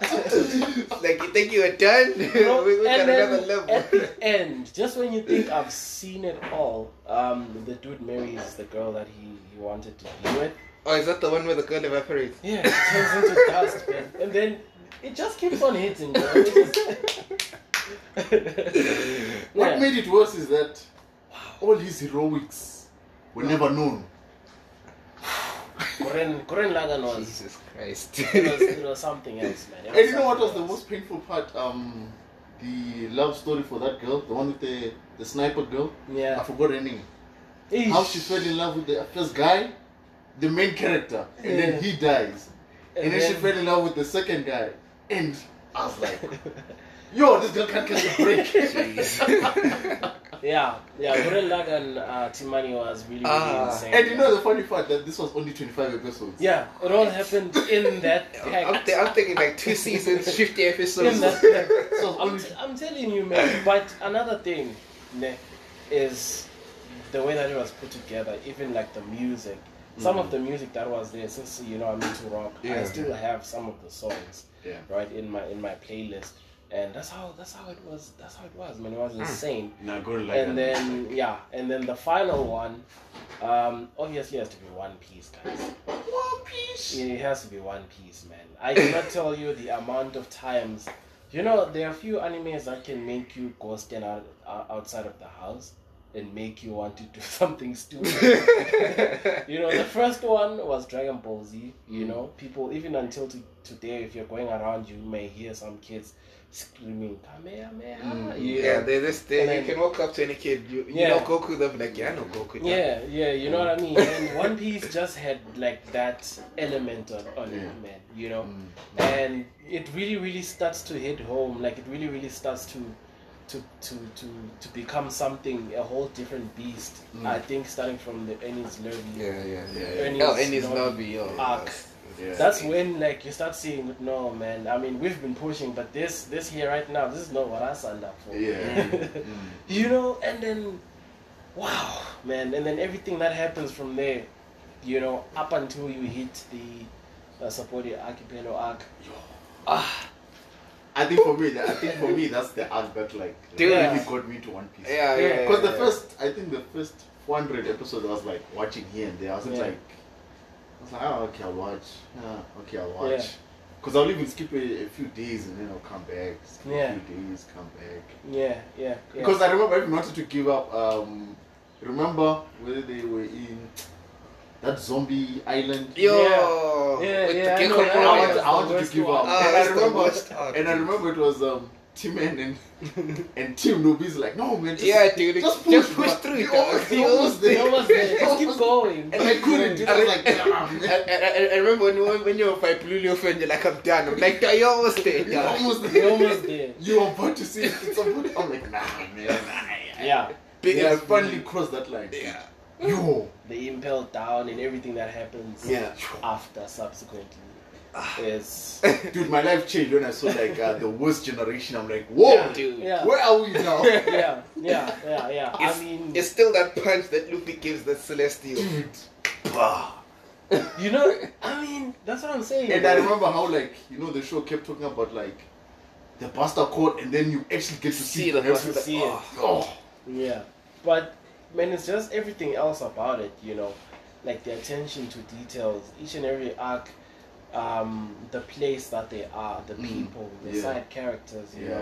Speaker 1: Like you think you are done?
Speaker 3: Bro,
Speaker 1: we we got
Speaker 3: and then
Speaker 1: another level.
Speaker 3: At the end, just when you think I've seen it all, um, the dude marries the girl that he, he wanted to be with.
Speaker 1: Oh, is that the one where the girl evaporates?
Speaker 3: Yeah, it turns into dust, man. And then it just keeps on hitting, bro. It just-
Speaker 2: What
Speaker 3: Yeah.
Speaker 2: made it worse is that all his heroics were never known.
Speaker 3: Koren, Koren Lagan was,
Speaker 1: Jesus Christ.
Speaker 3: it was, it was something else, man. It
Speaker 2: And you know what was the
Speaker 3: something else.
Speaker 2: most painful part? Um, the love story for that girl, the one with the, the sniper girl. I
Speaker 3: Yeah.
Speaker 2: forgot her name.
Speaker 3: Eesh.
Speaker 2: How she fell in love with the first guy, the main character, and
Speaker 3: Yeah.
Speaker 2: then he dies. And,
Speaker 3: And
Speaker 2: then, she
Speaker 3: then-
Speaker 2: fell in love with the second guy. And I was like, yo, this girl can't catch a break.
Speaker 3: Yeah, yeah. Koren Lagan uh, Timani was really, really
Speaker 1: Ah.
Speaker 3: insane.
Speaker 2: and you know the funny part that this was only 25 episodes.
Speaker 3: Yeah, it all happened in that
Speaker 1: I'm,
Speaker 3: pack.
Speaker 1: th- I'm thinking like two seasons, 50 episodes.
Speaker 3: In that pack.
Speaker 2: So
Speaker 3: I'm,
Speaker 2: only
Speaker 3: t- I'm telling you, man. But another thing ne, is the way that it was put together, even like the music. Some of the music that was there, since you know I'm into rock, I
Speaker 1: Mm. Yeah.
Speaker 3: still have some of the songs
Speaker 2: Yeah.
Speaker 3: right in my in my playlist, and that's how that's how it was. That's how it was, man. It was insane.
Speaker 2: Nah, go like
Speaker 3: and then yeah, and then the final one, um, obviously has to be One Piece, guys.
Speaker 2: One Piece.
Speaker 3: Yeah, It has to be One Piece, man. I cannot tell you the amount of times. You know, there are few animes that can make you go stand out, uh, outside of the house and make you want to do something stupid. you know, the first one was Dragon Ball Z. You know, people, even until to, today, if you're going around, you may hear some kids screaming, Kamehameha.
Speaker 2: Mm,
Speaker 3: you
Speaker 1: yeah,
Speaker 3: know.
Speaker 1: they just they,
Speaker 3: And
Speaker 1: you
Speaker 3: then-
Speaker 1: can walk up to any kid. You, you
Speaker 3: Yeah.
Speaker 1: know Goku, they'll be like, yeah, I know Goku.
Speaker 3: Yeah, yeah, you know what I mean. And One Piece just had like that element on, on
Speaker 2: Yeah.
Speaker 3: it, man. You know,
Speaker 2: Mm.
Speaker 3: and it really, really starts to hit home. Like it really, really starts to, to, to, to, to become something a whole different beast.
Speaker 2: Mm.
Speaker 3: I think starting from the Enies Lobby.
Speaker 1: Yeah, yeah, yeah.
Speaker 2: Yeah.
Speaker 1: Oh, and his lobby, yo.
Speaker 3: Arc.
Speaker 2: Yeah.
Speaker 3: That's when like you start seeing no man. I mean we've been pushing, but this this here right now this is not what I signed up for.
Speaker 2: Yeah. you
Speaker 3: You know, and then wow, man, and then everything that happens from there, you know, up until you hit the uh, supported archipelago arc.
Speaker 2: I think for me, I think for me, that's the arc that like
Speaker 1: Dude.
Speaker 2: really got me to One Piece.
Speaker 1: Yeah, yeah. yeah,
Speaker 2: Because the
Speaker 1: yeah.
Speaker 2: first, I think the first 400 episodes, I was like watching here and there. I wasn't
Speaker 3: Yeah.
Speaker 2: like, I was like, oh, okay, I'll watch. Yeah, okay, I'll
Speaker 3: Yeah.
Speaker 2: watch. Because I'll even skip a, a few days and then I'll come back. Skip
Speaker 3: Yeah.
Speaker 2: a few days, come back.
Speaker 3: Yeah, yeah. yeah.
Speaker 2: Because I remember everyone wanted to give up. Um, remember whether they were in that zombie island.
Speaker 1: Yo,
Speaker 3: Yeah,
Speaker 1: with
Speaker 3: yeah,
Speaker 1: the
Speaker 3: I
Speaker 1: gecko
Speaker 3: know,
Speaker 2: And
Speaker 3: I
Speaker 2: I
Speaker 3: know.
Speaker 1: boy.
Speaker 2: wanted, I wanted
Speaker 3: Worst
Speaker 2: to give
Speaker 3: one.
Speaker 2: up.
Speaker 1: Ah,
Speaker 2: and I
Speaker 1: that's the
Speaker 2: remember,
Speaker 1: worst arc,
Speaker 2: and I
Speaker 1: dude.
Speaker 2: remember it was um, T-Man and and Team Noobie's like, no man, just,
Speaker 1: Yeah, dude,
Speaker 2: just
Speaker 1: just
Speaker 2: push,
Speaker 1: push
Speaker 2: bro.
Speaker 1: through,
Speaker 2: You
Speaker 1: dog.
Speaker 2: almost- you
Speaker 1: You
Speaker 2: almost
Speaker 3: You
Speaker 2: there.
Speaker 3: know what's there? Just
Speaker 2: Almost-
Speaker 3: keep going.
Speaker 2: and I couldn't. do it. I was like, damn,
Speaker 1: I,
Speaker 2: man.
Speaker 1: I, I remember when, you- when you were by Blue Leo and you're like, I'm done. I'm like, "Dog, you're almost there.
Speaker 2: You're
Speaker 1: dog."
Speaker 2: almost
Speaker 3: You're
Speaker 2: there.
Speaker 3: almost there.
Speaker 2: You are about to see it. It's about. I'm like, nah, man. Nah,
Speaker 3: Yeah.
Speaker 1: Big
Speaker 2: yeah,
Speaker 1: ass
Speaker 2: finally
Speaker 1: funny.
Speaker 2: crossed that line.
Speaker 1: Yeah.
Speaker 2: Yo.
Speaker 3: The impel down and everything that happens
Speaker 1: Yeah.
Speaker 3: after subsequently
Speaker 2: Ah.
Speaker 3: is
Speaker 2: Dude, my life changed when I saw like uh, the worst generation. I'm like, whoa,
Speaker 1: Yeah, Oh, dude.
Speaker 3: yeah.
Speaker 2: where are we now?
Speaker 3: yeah, yeah, yeah, yeah. I mean,
Speaker 1: It's still that punch that Luffy gives that Celestial.
Speaker 2: Dude, bah.
Speaker 3: you know, I mean, that's what I'm saying.
Speaker 2: And I remember how like you know the show kept talking about like the buster code, and then you actually get to see,
Speaker 1: See the
Speaker 2: next
Speaker 1: buster-
Speaker 2: week.
Speaker 3: see it.
Speaker 2: Oh,
Speaker 3: Yeah, but man, it's just everything else about it, you know, like the attention to details, each and every arc, um, the place that they are, the
Speaker 2: Mm,
Speaker 3: people, the
Speaker 2: yeah.
Speaker 3: side characters, you
Speaker 2: yeah.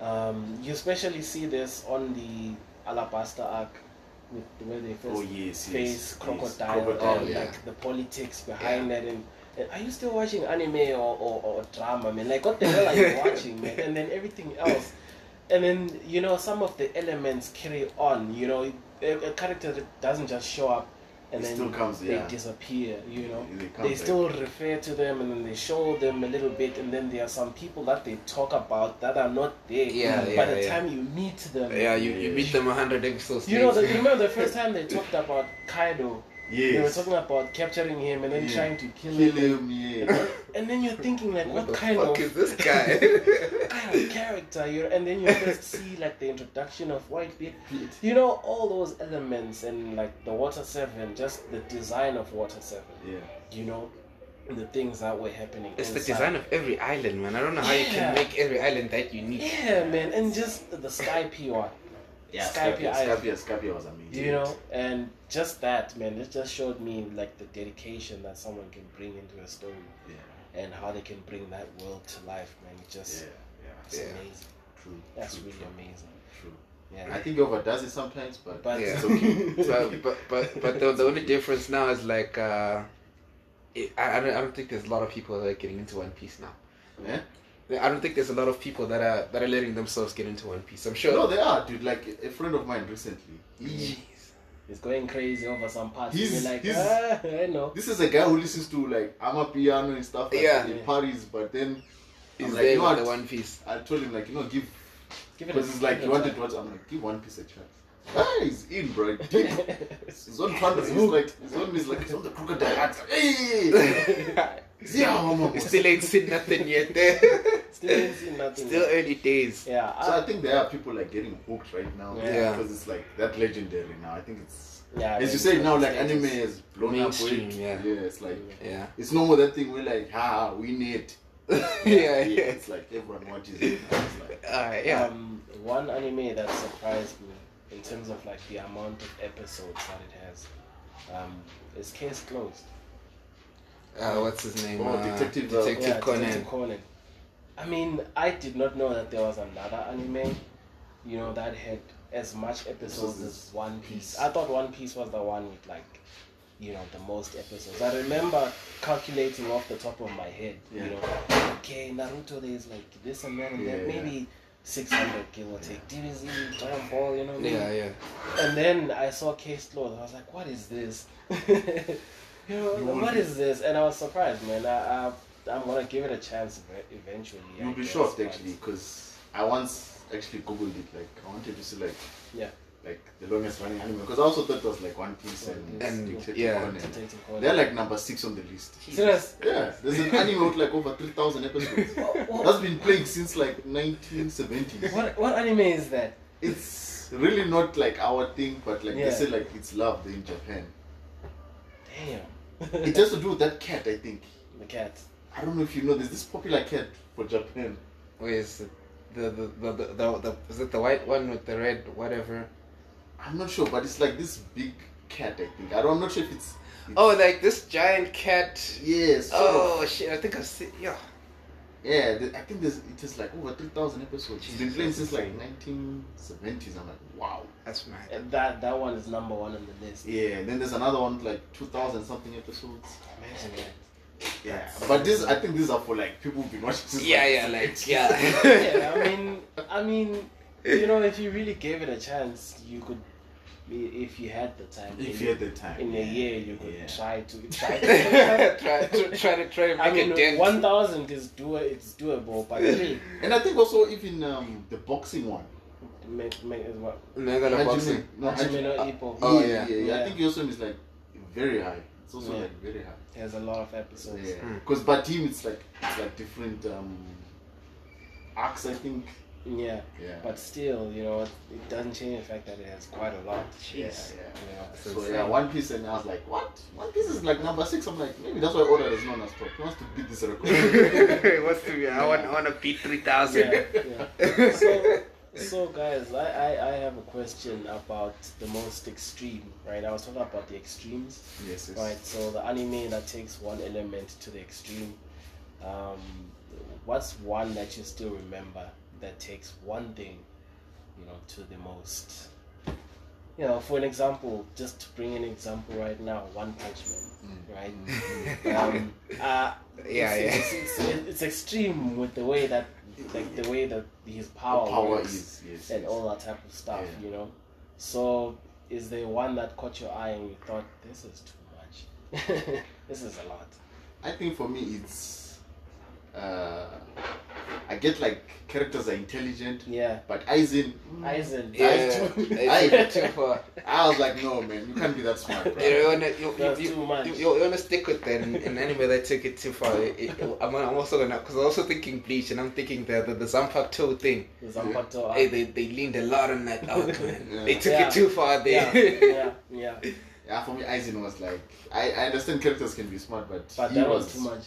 Speaker 3: know. Um, you especially see this on the Alabaster arc, with where they first
Speaker 2: Oh yes, yes.
Speaker 3: face
Speaker 2: yes.
Speaker 3: crocodile, Oh,
Speaker 2: crocodile,
Speaker 3: and
Speaker 2: yeah.
Speaker 3: like the politics behind that and, and are you still watching anime or, or, or drama man like what the hell are you watching man and then everything else and then you know some of the elements carry on you know a, a character that doesn't just show up and
Speaker 2: It
Speaker 3: then
Speaker 2: still comes,
Speaker 3: they
Speaker 2: yeah.
Speaker 3: disappear you know
Speaker 2: They come
Speaker 3: they
Speaker 2: back.
Speaker 3: still refer to them and then they show them a little bit and then there are some people that they talk about that are not there
Speaker 1: Yeah,
Speaker 3: by
Speaker 1: yeah,
Speaker 3: the
Speaker 1: yeah.
Speaker 3: time you meet them
Speaker 1: Yeah, you, you beat them 100 episodes.
Speaker 3: you know, the,
Speaker 1: later.
Speaker 3: you remember the first time they talked about Kaido? They were
Speaker 2: Yes.
Speaker 3: talking about capturing him and then
Speaker 2: Yeah.
Speaker 3: trying to kill,
Speaker 2: Kill
Speaker 3: him.
Speaker 2: him, yeah.
Speaker 3: And then you're thinking like,
Speaker 1: What
Speaker 3: what
Speaker 1: the
Speaker 3: kind
Speaker 1: fuck
Speaker 3: of,
Speaker 1: is this guy?
Speaker 3: kind of character? You and then you first see like the introduction of Whitebeard. You know all those elements and like the Water Seven, just the design of Water Seven.
Speaker 2: yeah.
Speaker 3: You know, the things that were happening.
Speaker 1: It's the
Speaker 3: inside.
Speaker 1: design of every island, man. I don't know how you
Speaker 3: Yeah.
Speaker 1: can make every island that unique.
Speaker 3: Yeah, man, and just the Skype one.
Speaker 2: Yeah,
Speaker 3: Skype,
Speaker 2: Skype,
Speaker 3: yeah, I-
Speaker 2: Skype, Skype was amazing.
Speaker 3: You know, and just that, man, it just showed me like the dedication that someone can bring into a story
Speaker 2: Yeah,
Speaker 3: and how they can bring that world to life, man. It's
Speaker 2: yeah,
Speaker 3: just
Speaker 2: yeah.
Speaker 3: it's
Speaker 1: Yeah.
Speaker 3: amazing.
Speaker 2: True.
Speaker 3: That's
Speaker 2: true,
Speaker 3: really
Speaker 2: true,
Speaker 3: amazing.
Speaker 2: True. I
Speaker 3: Yeah.
Speaker 2: think he overdoes it sometimes, but,
Speaker 3: But
Speaker 1: Yeah.
Speaker 2: it's okay. It's
Speaker 1: So,
Speaker 2: okay.
Speaker 1: but but but the, the only difference now is like uh, it, I I don't, I don't think there's a lot of people that are getting into One Piece now.
Speaker 2: Yeah?
Speaker 1: I don't think there's a lot of people that are that are letting themselves get into One Piece. I'm sure.
Speaker 2: No, they are, dude. Like a friend of mine recently. He,
Speaker 3: It's going crazy over some parts.
Speaker 2: He's-
Speaker 3: You're like,
Speaker 2: he's-
Speaker 3: ah, I know.
Speaker 2: This is a guy who listens to like Amapiano piano and stuff like
Speaker 1: Yeah.
Speaker 2: in
Speaker 3: Yeah.
Speaker 2: Paris, but then I'm
Speaker 1: is
Speaker 2: like,
Speaker 1: there
Speaker 2: you
Speaker 1: with
Speaker 2: know
Speaker 1: the
Speaker 2: what?
Speaker 1: One Piece?
Speaker 2: I told him like you know give
Speaker 3: Give it a
Speaker 2: because it's like
Speaker 3: give
Speaker 2: you
Speaker 3: it a
Speaker 2: wanted to
Speaker 3: try.
Speaker 2: watch. I'm like give One Piece a chance. Ah, he's in, bro. Deep. His own fandom is like his own is like his own the crocodile. acts Like, hey, yeah, mama.
Speaker 1: You
Speaker 2: So
Speaker 1: still ain't seen nothing yet.
Speaker 3: Still ain't seen nothing.
Speaker 1: still early days.
Speaker 3: Yeah. I,
Speaker 2: I think there are people like getting hooked right now.
Speaker 1: Yeah.
Speaker 2: because it's like that legendary now. I think it's
Speaker 3: yeah
Speaker 2: as
Speaker 3: man,
Speaker 2: you say now, like
Speaker 3: it's-
Speaker 2: anime is blown up.
Speaker 1: Mainstream,
Speaker 2: way-
Speaker 1: yeah.
Speaker 2: yeah. It's like
Speaker 1: Yeah.
Speaker 2: it's no more that thing where like ah we need.
Speaker 1: yeah,
Speaker 2: yeah,
Speaker 1: yeah.
Speaker 2: it's like everyone watches it. Now. It's like,
Speaker 1: Alright, yeah.
Speaker 3: Um, one anime that surprised me in terms of like the amount of episodes that it has um, is Case Closed.
Speaker 1: uh, what's his name?
Speaker 2: oh,
Speaker 1: Uh,
Speaker 2: Detective, uh,
Speaker 1: Detective
Speaker 3: yeah,
Speaker 1: Conan.
Speaker 3: Detective Conan. I mean, I did not know that there was another anime, you know, that had as much episodes
Speaker 2: Episodes.
Speaker 3: as One Piece.
Speaker 2: Piece.
Speaker 3: I thought One Piece was the one with like, you know, the most episodes. I remember calculating off the top of my head,
Speaker 2: Yeah.
Speaker 3: you know, okay, Naruto, there's like this and that and
Speaker 2: Yeah,
Speaker 3: that,
Speaker 2: yeah.
Speaker 3: maybe 600 give or take. DBZ, Dragon Ball, you know. what I mean?
Speaker 1: Yeah, yeah.
Speaker 3: And then I saw case closed. I was like, what is this? you know,
Speaker 2: You won't
Speaker 3: what
Speaker 2: be-
Speaker 3: is this? And I was surprised, man. I, I, I'm going to give it a chance ev- eventually. I
Speaker 2: You'll be
Speaker 3: guess,
Speaker 2: shocked
Speaker 3: but-
Speaker 2: actually, because I once actually googled it. Like I wanted to see like
Speaker 3: Yeah.
Speaker 2: like the longest running anime because I also thought it was like One Piece and,
Speaker 3: One Piece,
Speaker 2: and
Speaker 3: yeah.
Speaker 2: Detective
Speaker 1: Yeah.
Speaker 2: Conan.
Speaker 3: Detective Conan.
Speaker 2: They're like number six on the list.
Speaker 3: Serious?
Speaker 2: Yeah, there's an anime with like over three thousand episodes. That's been playing since like 1970s.
Speaker 3: What, what anime is that?
Speaker 2: It's really not like our thing, but like
Speaker 3: Yeah.
Speaker 2: they say, like it's loved in Japan.
Speaker 3: Damn.
Speaker 2: It has to do with that cat, I think.
Speaker 3: the cat.
Speaker 2: I don't know if you know. There's this popular cat for Japan.
Speaker 1: Where is it? The, the, the, the, the, the, is it the white one with the red whatever?
Speaker 2: I'm not sure, but it's like this big cat. I think. I don't, I'm not sure if it's.
Speaker 1: Oh, like this giant cat.
Speaker 2: Yes.
Speaker 1: Oh shit! I think I've seen. Yeah.
Speaker 2: Yeah, the, I think there's it is like over 3,000 episodes. It's been
Speaker 1: Jesus,
Speaker 2: playing
Speaker 1: that's
Speaker 2: since like
Speaker 1: insane.
Speaker 2: 1970s. I'm like, wow.
Speaker 1: That's mad.
Speaker 3: And That that one is number one on the list.
Speaker 2: Yeah, and then there's another one like 2,000 something episodes.
Speaker 3: Imagine that.
Speaker 2: Yeah, but this I think these are for like people who've been watching. Since
Speaker 1: Yeah, yeah, like
Speaker 3: yeah, I
Speaker 1: yeah.
Speaker 3: mean, I mean, you know, if you really gave it a chance, you could, i- if you had the time,
Speaker 2: If
Speaker 3: in-
Speaker 2: you had the time.
Speaker 3: in a year, you could
Speaker 2: Yeah.
Speaker 3: try to try. to-
Speaker 1: try, to, try to try and make
Speaker 3: I
Speaker 1: a dent.
Speaker 3: mean, one thousand is do it's doable, but three
Speaker 2: And I think also even um, the boxing one.
Speaker 3: make make is what
Speaker 1: Nagana
Speaker 2: Hajime-
Speaker 1: boxing.
Speaker 2: No,
Speaker 3: Hajime
Speaker 2: Hajime. Uh,
Speaker 3: no Ippo
Speaker 1: Oh,
Speaker 2: yeah, yeah, yeah,
Speaker 3: yeah.
Speaker 2: I think also is like very high. It's also
Speaker 3: Yeah. Hmm.
Speaker 2: like very high.
Speaker 3: has a lot of episodes.
Speaker 2: Yeah.
Speaker 1: Mm.
Speaker 2: Because by team it's like it's like different um, acts. I think.
Speaker 3: Yeah,
Speaker 2: Yeah.
Speaker 3: but still, you know, it, it doesn't change the fact that it has quite a lot.
Speaker 2: yeah,
Speaker 1: Jeez.
Speaker 2: yeah.
Speaker 3: You know,
Speaker 1: That's
Speaker 2: So
Speaker 1: insane.
Speaker 2: yeah, One Piece, and I was like, what? One Piece is like number six. I'm like, maybe that's why Oda is known as top. He wants to beat this record.
Speaker 1: What's to be? I want I want to beat three thousand.
Speaker 3: yeah, yeah. so, so guys, I, I, I have a question about the most extreme, right? I was talking about the extremes,
Speaker 2: yes, yes.
Speaker 3: right? So the anime that takes one element to the extreme. Um, what's one that you still remember that takes one thing, you know, to the most? You know, for an example, just to bring an example right now, One Punch Man, right? Um, uh,
Speaker 1: Mm. yeah,
Speaker 3: it's,
Speaker 1: yeah.
Speaker 3: It's, it's, it's extreme with the way that, like the way that his power,
Speaker 2: power
Speaker 3: works
Speaker 2: is yes,
Speaker 3: and
Speaker 2: yes.
Speaker 3: all that type of stuff,
Speaker 2: Yeah.
Speaker 3: you know. So, is there one that caught your eye and you thought this is too much? this is a lot.
Speaker 2: I think for me, it's uh, I get like characters are intelligent,
Speaker 3: Yeah,
Speaker 2: but Aizen, hmm.
Speaker 3: Aizen.
Speaker 1: Yeah,
Speaker 3: that's
Speaker 1: it's
Speaker 3: too-
Speaker 1: a bit too far.
Speaker 2: I was like, no man, you can't be that smart. Bro.
Speaker 1: You wanna you, you,
Speaker 3: That's
Speaker 1: you,
Speaker 3: too much.
Speaker 1: you, you wanna stick with that and, and anime that took it too far. It- it- I'm, I'm also gonna because I'm also thinking Bleach and I'm thinking the the, the Zanpakuto thing.
Speaker 3: The Zanpakuto
Speaker 1: Hey,
Speaker 3: arc.
Speaker 1: they, they leaned a lot on that arc, man.
Speaker 2: Yeah.
Speaker 1: They took
Speaker 3: Yeah.
Speaker 1: it too far
Speaker 3: Yeah,
Speaker 1: there.
Speaker 3: yeah, yeah.
Speaker 2: Yeah, for me, Aizen was like, I, I understand characters can be smart, but,
Speaker 3: But
Speaker 2: he
Speaker 3: that was too much.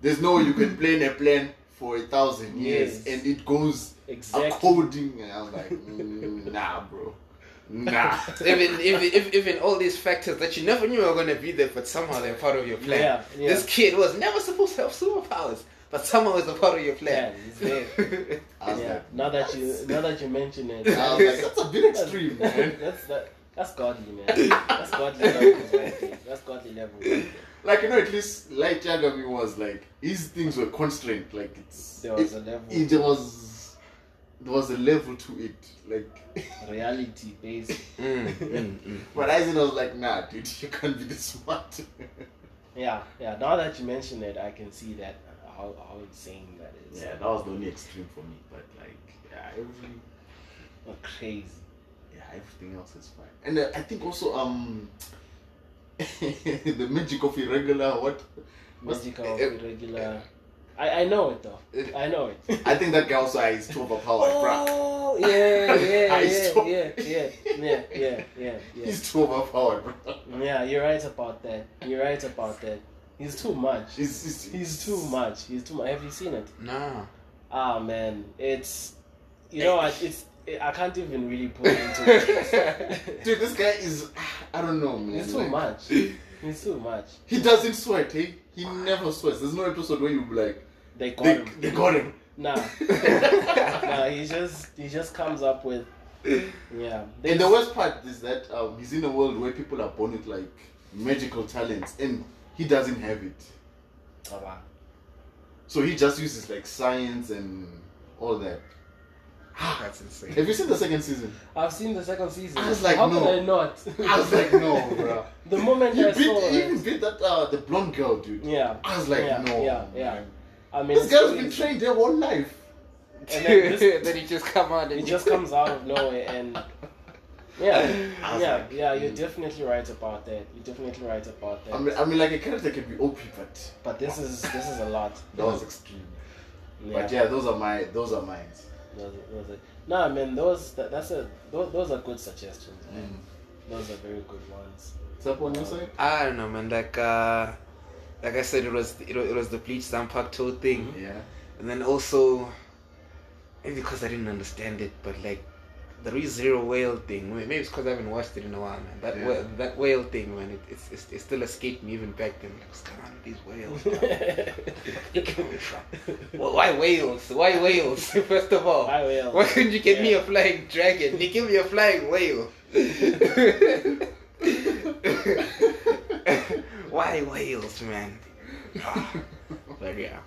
Speaker 2: There's no way you can plan a plan for a thousand years
Speaker 3: Yes.
Speaker 2: and it goes
Speaker 3: Exactly.
Speaker 2: according. And I was like, mm, nah, bro, nah.
Speaker 1: even, even, even even all these factors that you never knew were gonna be there, but somehow they're part of your plan.
Speaker 3: Yeah, yeah.
Speaker 1: This kid was never supposed to have superpowers, but somehow it's a part of your plan.
Speaker 3: Yeah, he's there.
Speaker 2: I was
Speaker 3: Yeah.
Speaker 2: like,
Speaker 3: Now that you now that you mention it,
Speaker 2: I was like, that's a bit extreme, man.
Speaker 3: that's that, that's godly, man. That's godly level. right there. That's godly level. right there.
Speaker 2: Like you know, at least Light Yagami was like his things were constrained. Like it's
Speaker 3: There was
Speaker 2: it,
Speaker 3: a level
Speaker 2: it- there was there was a level to it. Like,
Speaker 3: reality based.
Speaker 1: Mm, mm, mm.
Speaker 2: but Aizen was like, nah, dude, you can't be this smart.
Speaker 3: Yeah, yeah. Now that you mention it, I can see that uh, how how insane that is.
Speaker 2: yeah, that was the only extreme for me. But like, yeah, every
Speaker 3: Or crazy.
Speaker 2: yeah, everything else is fine. And uh, I think also um, the magic of irregular. What What's-
Speaker 3: Magical,
Speaker 1: eh, eh,
Speaker 3: irregular. I I know it though.
Speaker 1: Eh.
Speaker 3: I know it.
Speaker 2: I think that guy also is too overpowered, bruh.
Speaker 3: Oh yeah, yeah,
Speaker 2: I
Speaker 3: yeah,
Speaker 2: saw-
Speaker 3: yeah, yeah, yeah, yeah, yeah, yeah.
Speaker 2: He's too overpowered, bruh.
Speaker 3: Yeah, you're right about that. You're right about that. He's too much.
Speaker 2: He's, he's,
Speaker 3: He's too much. He's too much. Have you seen it?
Speaker 1: No.
Speaker 3: Ah man, it's you know I- it's I can't even really put it into words.
Speaker 2: Dude, this guy is I don't know, man.
Speaker 3: It's too
Speaker 2: Like,
Speaker 3: much. It's too much.
Speaker 2: He doesn't sweat, hey? He never sweats. There's no episode where you be like,
Speaker 3: They got
Speaker 2: they,
Speaker 3: him.
Speaker 2: they got him.
Speaker 3: Nah, nah. He just he just comes up with yeah.
Speaker 2: And the worst part is that um, he's in a world where people are born with like magical talents and he doesn't have it.
Speaker 3: Oh, wow.
Speaker 2: So he just uses like science and all that. Ah,
Speaker 1: That's insane.
Speaker 2: Have you seen the second season?
Speaker 3: I've seen the second season.
Speaker 2: I was like,
Speaker 3: how
Speaker 2: no.
Speaker 3: could I not?
Speaker 2: I was like, no, bro.
Speaker 3: the moment
Speaker 2: He
Speaker 3: I
Speaker 2: beat,
Speaker 3: saw
Speaker 2: he
Speaker 3: it,
Speaker 2: even beat that uh, the blonde girl, dude.
Speaker 3: yeah,
Speaker 2: I was like,
Speaker 3: yeah,
Speaker 2: no.
Speaker 3: yeah, yeah.
Speaker 2: man.
Speaker 3: I mean,
Speaker 2: This girl's been trained their whole life.
Speaker 3: And then this-
Speaker 1: then he just come out and
Speaker 3: It just comes out of nowhere, and yeah,
Speaker 2: I was
Speaker 3: yeah,
Speaker 2: like,
Speaker 3: yeah. You're
Speaker 2: mm.
Speaker 3: definitely right about that. You're definitely right about that.
Speaker 2: I mean, I mean, like a character can be OP, but
Speaker 3: but this is this is a lot.
Speaker 2: that was extreme.
Speaker 3: Yeah.
Speaker 2: But yeah, those are my those are mine.
Speaker 3: Those, those are, nah, Mm.
Speaker 2: Mm.
Speaker 3: man, those that, that's a those, those are good suggestions, man. Those are very good ones.
Speaker 2: Is that on your side?
Speaker 1: I don't know, man. Like, uh, like I said, it was it was, it was the bleach Zampak toe thing,
Speaker 3: Mm-hmm.
Speaker 2: Yeah.
Speaker 1: and then also maybe because I didn't understand it, but like the ReZero whale thing. may- Maybe it's because I haven't watched it in a while, man. That
Speaker 2: Yeah.
Speaker 1: whale, that whale thing, man. It, it's, it's it still escaped me even back then. Like, what's going on with these whales? man? Where they coming from? Wh- Why whales? Why whales? First of all,
Speaker 3: I will.
Speaker 1: Why couldn't you get me
Speaker 3: Yeah.
Speaker 1: a flying dragon? You give me a flying whale. Why whales, man? Ah, But yeah,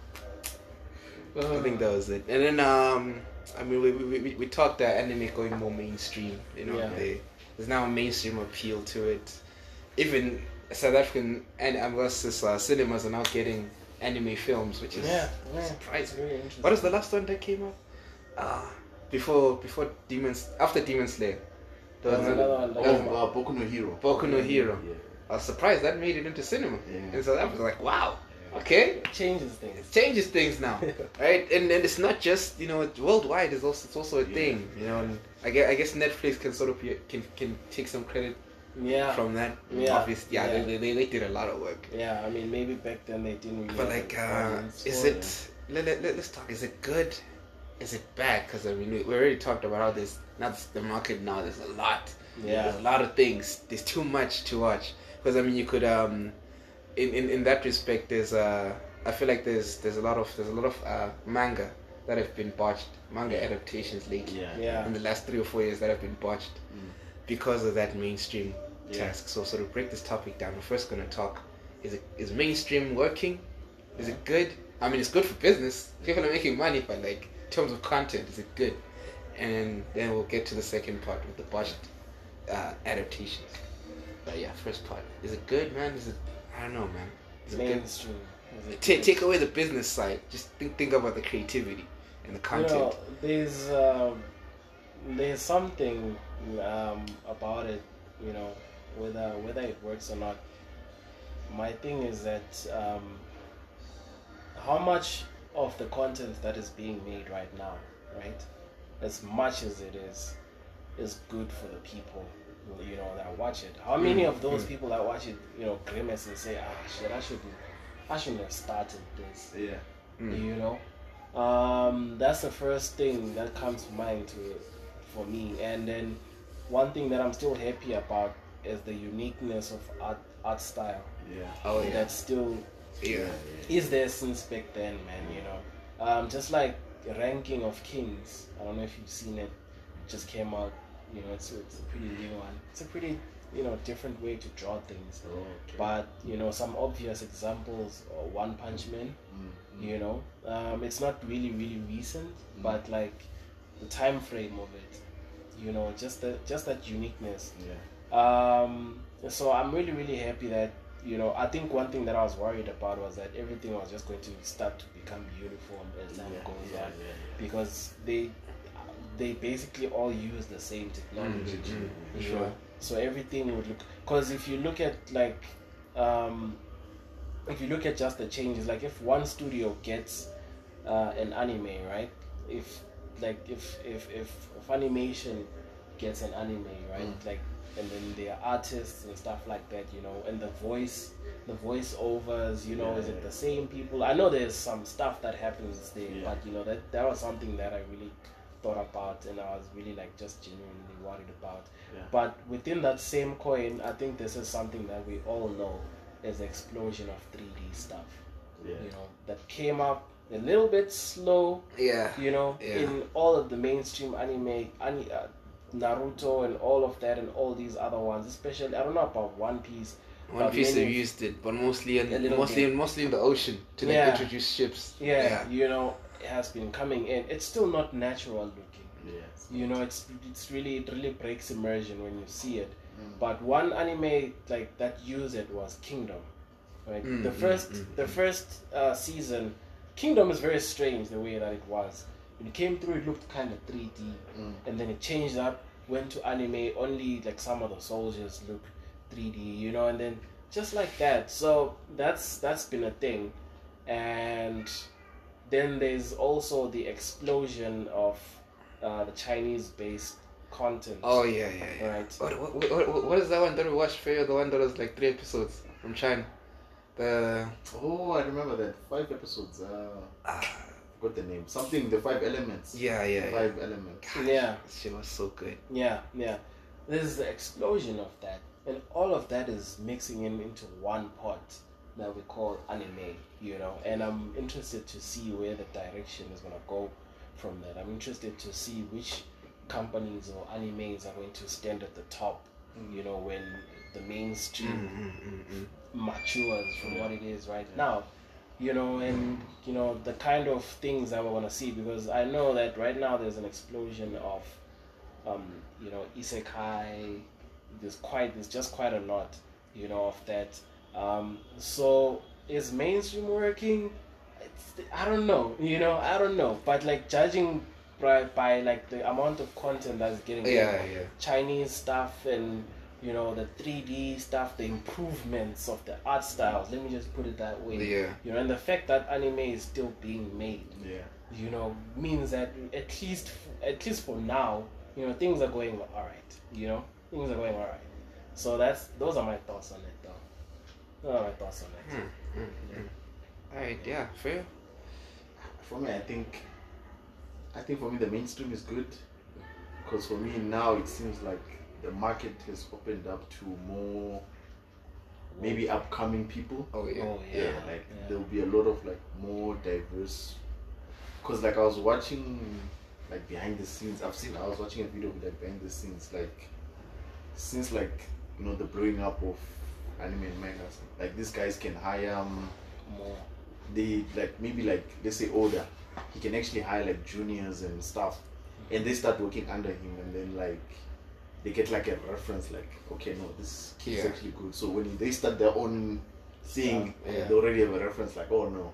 Speaker 1: I think that was it. And then um, I mean, we we, we, we talked that anime going more mainstream. You know,
Speaker 3: Yeah.
Speaker 1: they, there's now a mainstream appeal to it. Even South African and um, versus uh, cinemas are now getting anime films, which is
Speaker 3: Yeah, yeah. It's
Speaker 1: surprising.
Speaker 3: really interesting.
Speaker 1: What was the last one that came out? Ah, before before demons after Demon Slayer. There was
Speaker 3: There's
Speaker 1: another-
Speaker 3: another one.
Speaker 2: Oh,
Speaker 3: Like,
Speaker 2: uh, Boku no Hero.
Speaker 1: Boku no Hero.
Speaker 2: Yeah.
Speaker 1: I was surprised that made it into cinema.
Speaker 2: Yeah.
Speaker 1: And so that was like, wow, okay,
Speaker 3: it changes
Speaker 1: it
Speaker 3: things.
Speaker 1: changes things now, right? And and it's not just you know it's worldwide. It's also it's also a
Speaker 2: Yeah.
Speaker 1: thing, you know. And I guess, I guess Netflix can sort of be- can can take some credit
Speaker 3: Yeah.
Speaker 1: from that.
Speaker 3: Yeah.
Speaker 1: Obviously, yeah,
Speaker 3: Yeah.
Speaker 1: They, they they did a lot of work.
Speaker 3: yeah, I mean, maybe back then they didn't really.
Speaker 1: But
Speaker 3: have
Speaker 1: like,
Speaker 3: an
Speaker 1: uh,
Speaker 3: audience
Speaker 1: is
Speaker 3: for
Speaker 1: it? Let, let, let, us talk. Is it good? Is it bad? Because I mean, we, we already talked about how there's now there's the market now. There's a lot.
Speaker 3: Yeah.
Speaker 1: There's a lot of things. There's too much to watch. Because I mean, you could um, in, in in that respect, there's uh, I feel like there's there's a lot of there's a lot of uh manga that have been botched manga adaptations lately
Speaker 2: Yeah.
Speaker 3: Yeah.
Speaker 1: in the last three or four years that have been botched
Speaker 2: Mm.
Speaker 1: because of that mainstream
Speaker 2: Yeah.
Speaker 1: task. So, so to break this topic down, we're first going to talk: is it is mainstream working? Is it good? I mean, it's good for business. People are making money, but like in terms of content, is it good? And then we'll get to the second part with the budget uh, adaptations. But yeah, first part: is it good, man? Is it? I don't know, man. Is it good?
Speaker 3: mainstream. Is it
Speaker 1: Ta
Speaker 3: good?
Speaker 1: take away the business side. Just think think about the creativity and the content.
Speaker 3: You know, there's um, there's something um, about it, you know, whether whether it works or not. My thing is that um, how much of the content that is being made right now, right, as much as it is, is good for the people, you know, that watch it. How many
Speaker 1: Mm,
Speaker 3: of those
Speaker 1: mm.
Speaker 3: people that watch it, you know, grimace and say, "Ah, shit, I shouldn't, I shouldn't have started this."
Speaker 2: Yeah.
Speaker 1: Mm.
Speaker 3: you know um, that's the first thing that comes to mind to, for me and then one thing that i'm still happy about is the uniqueness of art, art style
Speaker 2: Yeah.
Speaker 1: Oh yeah,
Speaker 3: that still
Speaker 1: yeah.
Speaker 3: is there since back then man you know um, just like ranking of kings i don't know if you've seen it just came out you know it's, it's a pretty new one it's a pretty you know different way to draw things
Speaker 2: Oh, okay.
Speaker 3: but you know some obvious examples uh, one punch man
Speaker 2: Mm, mm.
Speaker 3: you know um, it's not really really recent
Speaker 2: Mm.
Speaker 3: but like the time frame of it you know just the just that uniqueness
Speaker 2: Yeah.
Speaker 3: um, so i'm really really happy that you know i think one thing that i was worried about was that everything was just going to start to become uniform as time
Speaker 2: Yeah,
Speaker 3: goes
Speaker 2: yeah,
Speaker 3: on
Speaker 2: yeah,
Speaker 3: because they they basically all use the same technology
Speaker 1: Mm, mm, mm,
Speaker 3: you
Speaker 1: sure.
Speaker 3: know? so everything would look because if you look at like um if you look at just the changes like if one studio gets uh, an anime right if like if if if, if animation gets an anime right like and then their artists and stuff like that you know and the voice the voiceovers you know is
Speaker 2: Yeah.
Speaker 3: it the same people i know there's some stuff that happens there
Speaker 2: Yeah.
Speaker 3: but you know that that was something that i really thought about and i was really like just genuinely worried about
Speaker 2: Yeah.
Speaker 3: but within that same coin i think this is something that we all know is the explosion of 3d stuff
Speaker 2: Yeah.
Speaker 3: you know that came up a little bit slow
Speaker 1: Yeah.
Speaker 3: you know
Speaker 1: Yeah.
Speaker 3: in all of the mainstream anime ani- uh, naruto and all of that and all these other ones especially i don't know about one piece
Speaker 1: One
Speaker 3: But
Speaker 1: Piece have
Speaker 3: many-
Speaker 1: used it, but mostly
Speaker 3: A
Speaker 1: in
Speaker 3: little
Speaker 1: mostly
Speaker 3: bit.
Speaker 1: in mostly in the ocean to like
Speaker 3: Yeah.
Speaker 1: introduce ships.
Speaker 3: yeah, you know it has been coming in it's still not natural looking
Speaker 2: Yes.
Speaker 3: you know it's it's really it really breaks immersion when you see it
Speaker 2: Mm.
Speaker 3: but one anime like that used it was kingdom right
Speaker 1: Mm,
Speaker 3: the
Speaker 1: mm,
Speaker 3: first
Speaker 1: mm,
Speaker 3: the first uh, season kingdom is very strange the way that it was when it came through it looked kind of 3d
Speaker 2: Mm.
Speaker 3: and then it changed up went to anime only like some of the soldiers look 3d you know and then just like that so that's that's been a thing and then there's also the explosion of uh, the chinese based content.
Speaker 1: Oh yeah, yeah. yeah.
Speaker 3: Right.
Speaker 1: What, what, what, what- what is that one that we watched for you? The one that was like three episodes from China. The
Speaker 2: Oh, I remember that. Five episodes. Uh,
Speaker 1: ah,
Speaker 2: forgot the name. Something, the five elements.
Speaker 1: yeah, yeah, yeah.
Speaker 2: Five elements.
Speaker 3: Yeah.
Speaker 1: That shit was so good.
Speaker 3: Yeah, yeah. There's the explosion of that, and all of that is mixing in into one pot that we call anime, you know. And I'm interested to see where the direction is gonna go from that. I'm interested to see which companies or animes are going to stand at the top, you know, when the
Speaker 1: Mm,
Speaker 3: mainstream matures from what it is right now. You know, and you know the kind of things that we want to see because I know that right now there's an explosion of, um, you know, isekai. There's quite there's just quite a lot, you know, of that. Um, so is mainstream working? It's, I don't know, you know, I don't know. But like judging by, by like the amount of content that's getting
Speaker 1: Yeah, yeah.
Speaker 3: Chinese stuff and you know the 3D stuff, the improvements of the art styles. Let me just put it that way.
Speaker 1: Yeah.
Speaker 3: You know, and the fact that anime is still being made,
Speaker 2: Yeah.
Speaker 3: you know, means that at least at least for now, you know, things are going all right. You know, things are going all right. So that's those are my thoughts on it, though. Those are my thoughts on it.
Speaker 1: Alright, yeah, fair.
Speaker 2: For me, I think, I think for me the mainstream is good, because for me now it seems like the market has opened up to more, Hmm. maybe upcoming people.
Speaker 1: Oh yeah.
Speaker 3: Oh yeah.
Speaker 2: yeah, like
Speaker 3: yeah.
Speaker 2: there'll be a lot of like more diverse because like i was watching like behind the scenes i've seen i was watching a video with like behind the scenes like since like you know the blowing up of anime and mangas like these guys can hire um,
Speaker 3: more.
Speaker 2: they like maybe like let's say older he can actually hire like juniors and stuff and they start working under him and then like they get like a reference like okay no this kid is
Speaker 1: Yeah.
Speaker 2: actually good so when they start their own thing
Speaker 1: Yeah.
Speaker 2: they already have a reference like oh no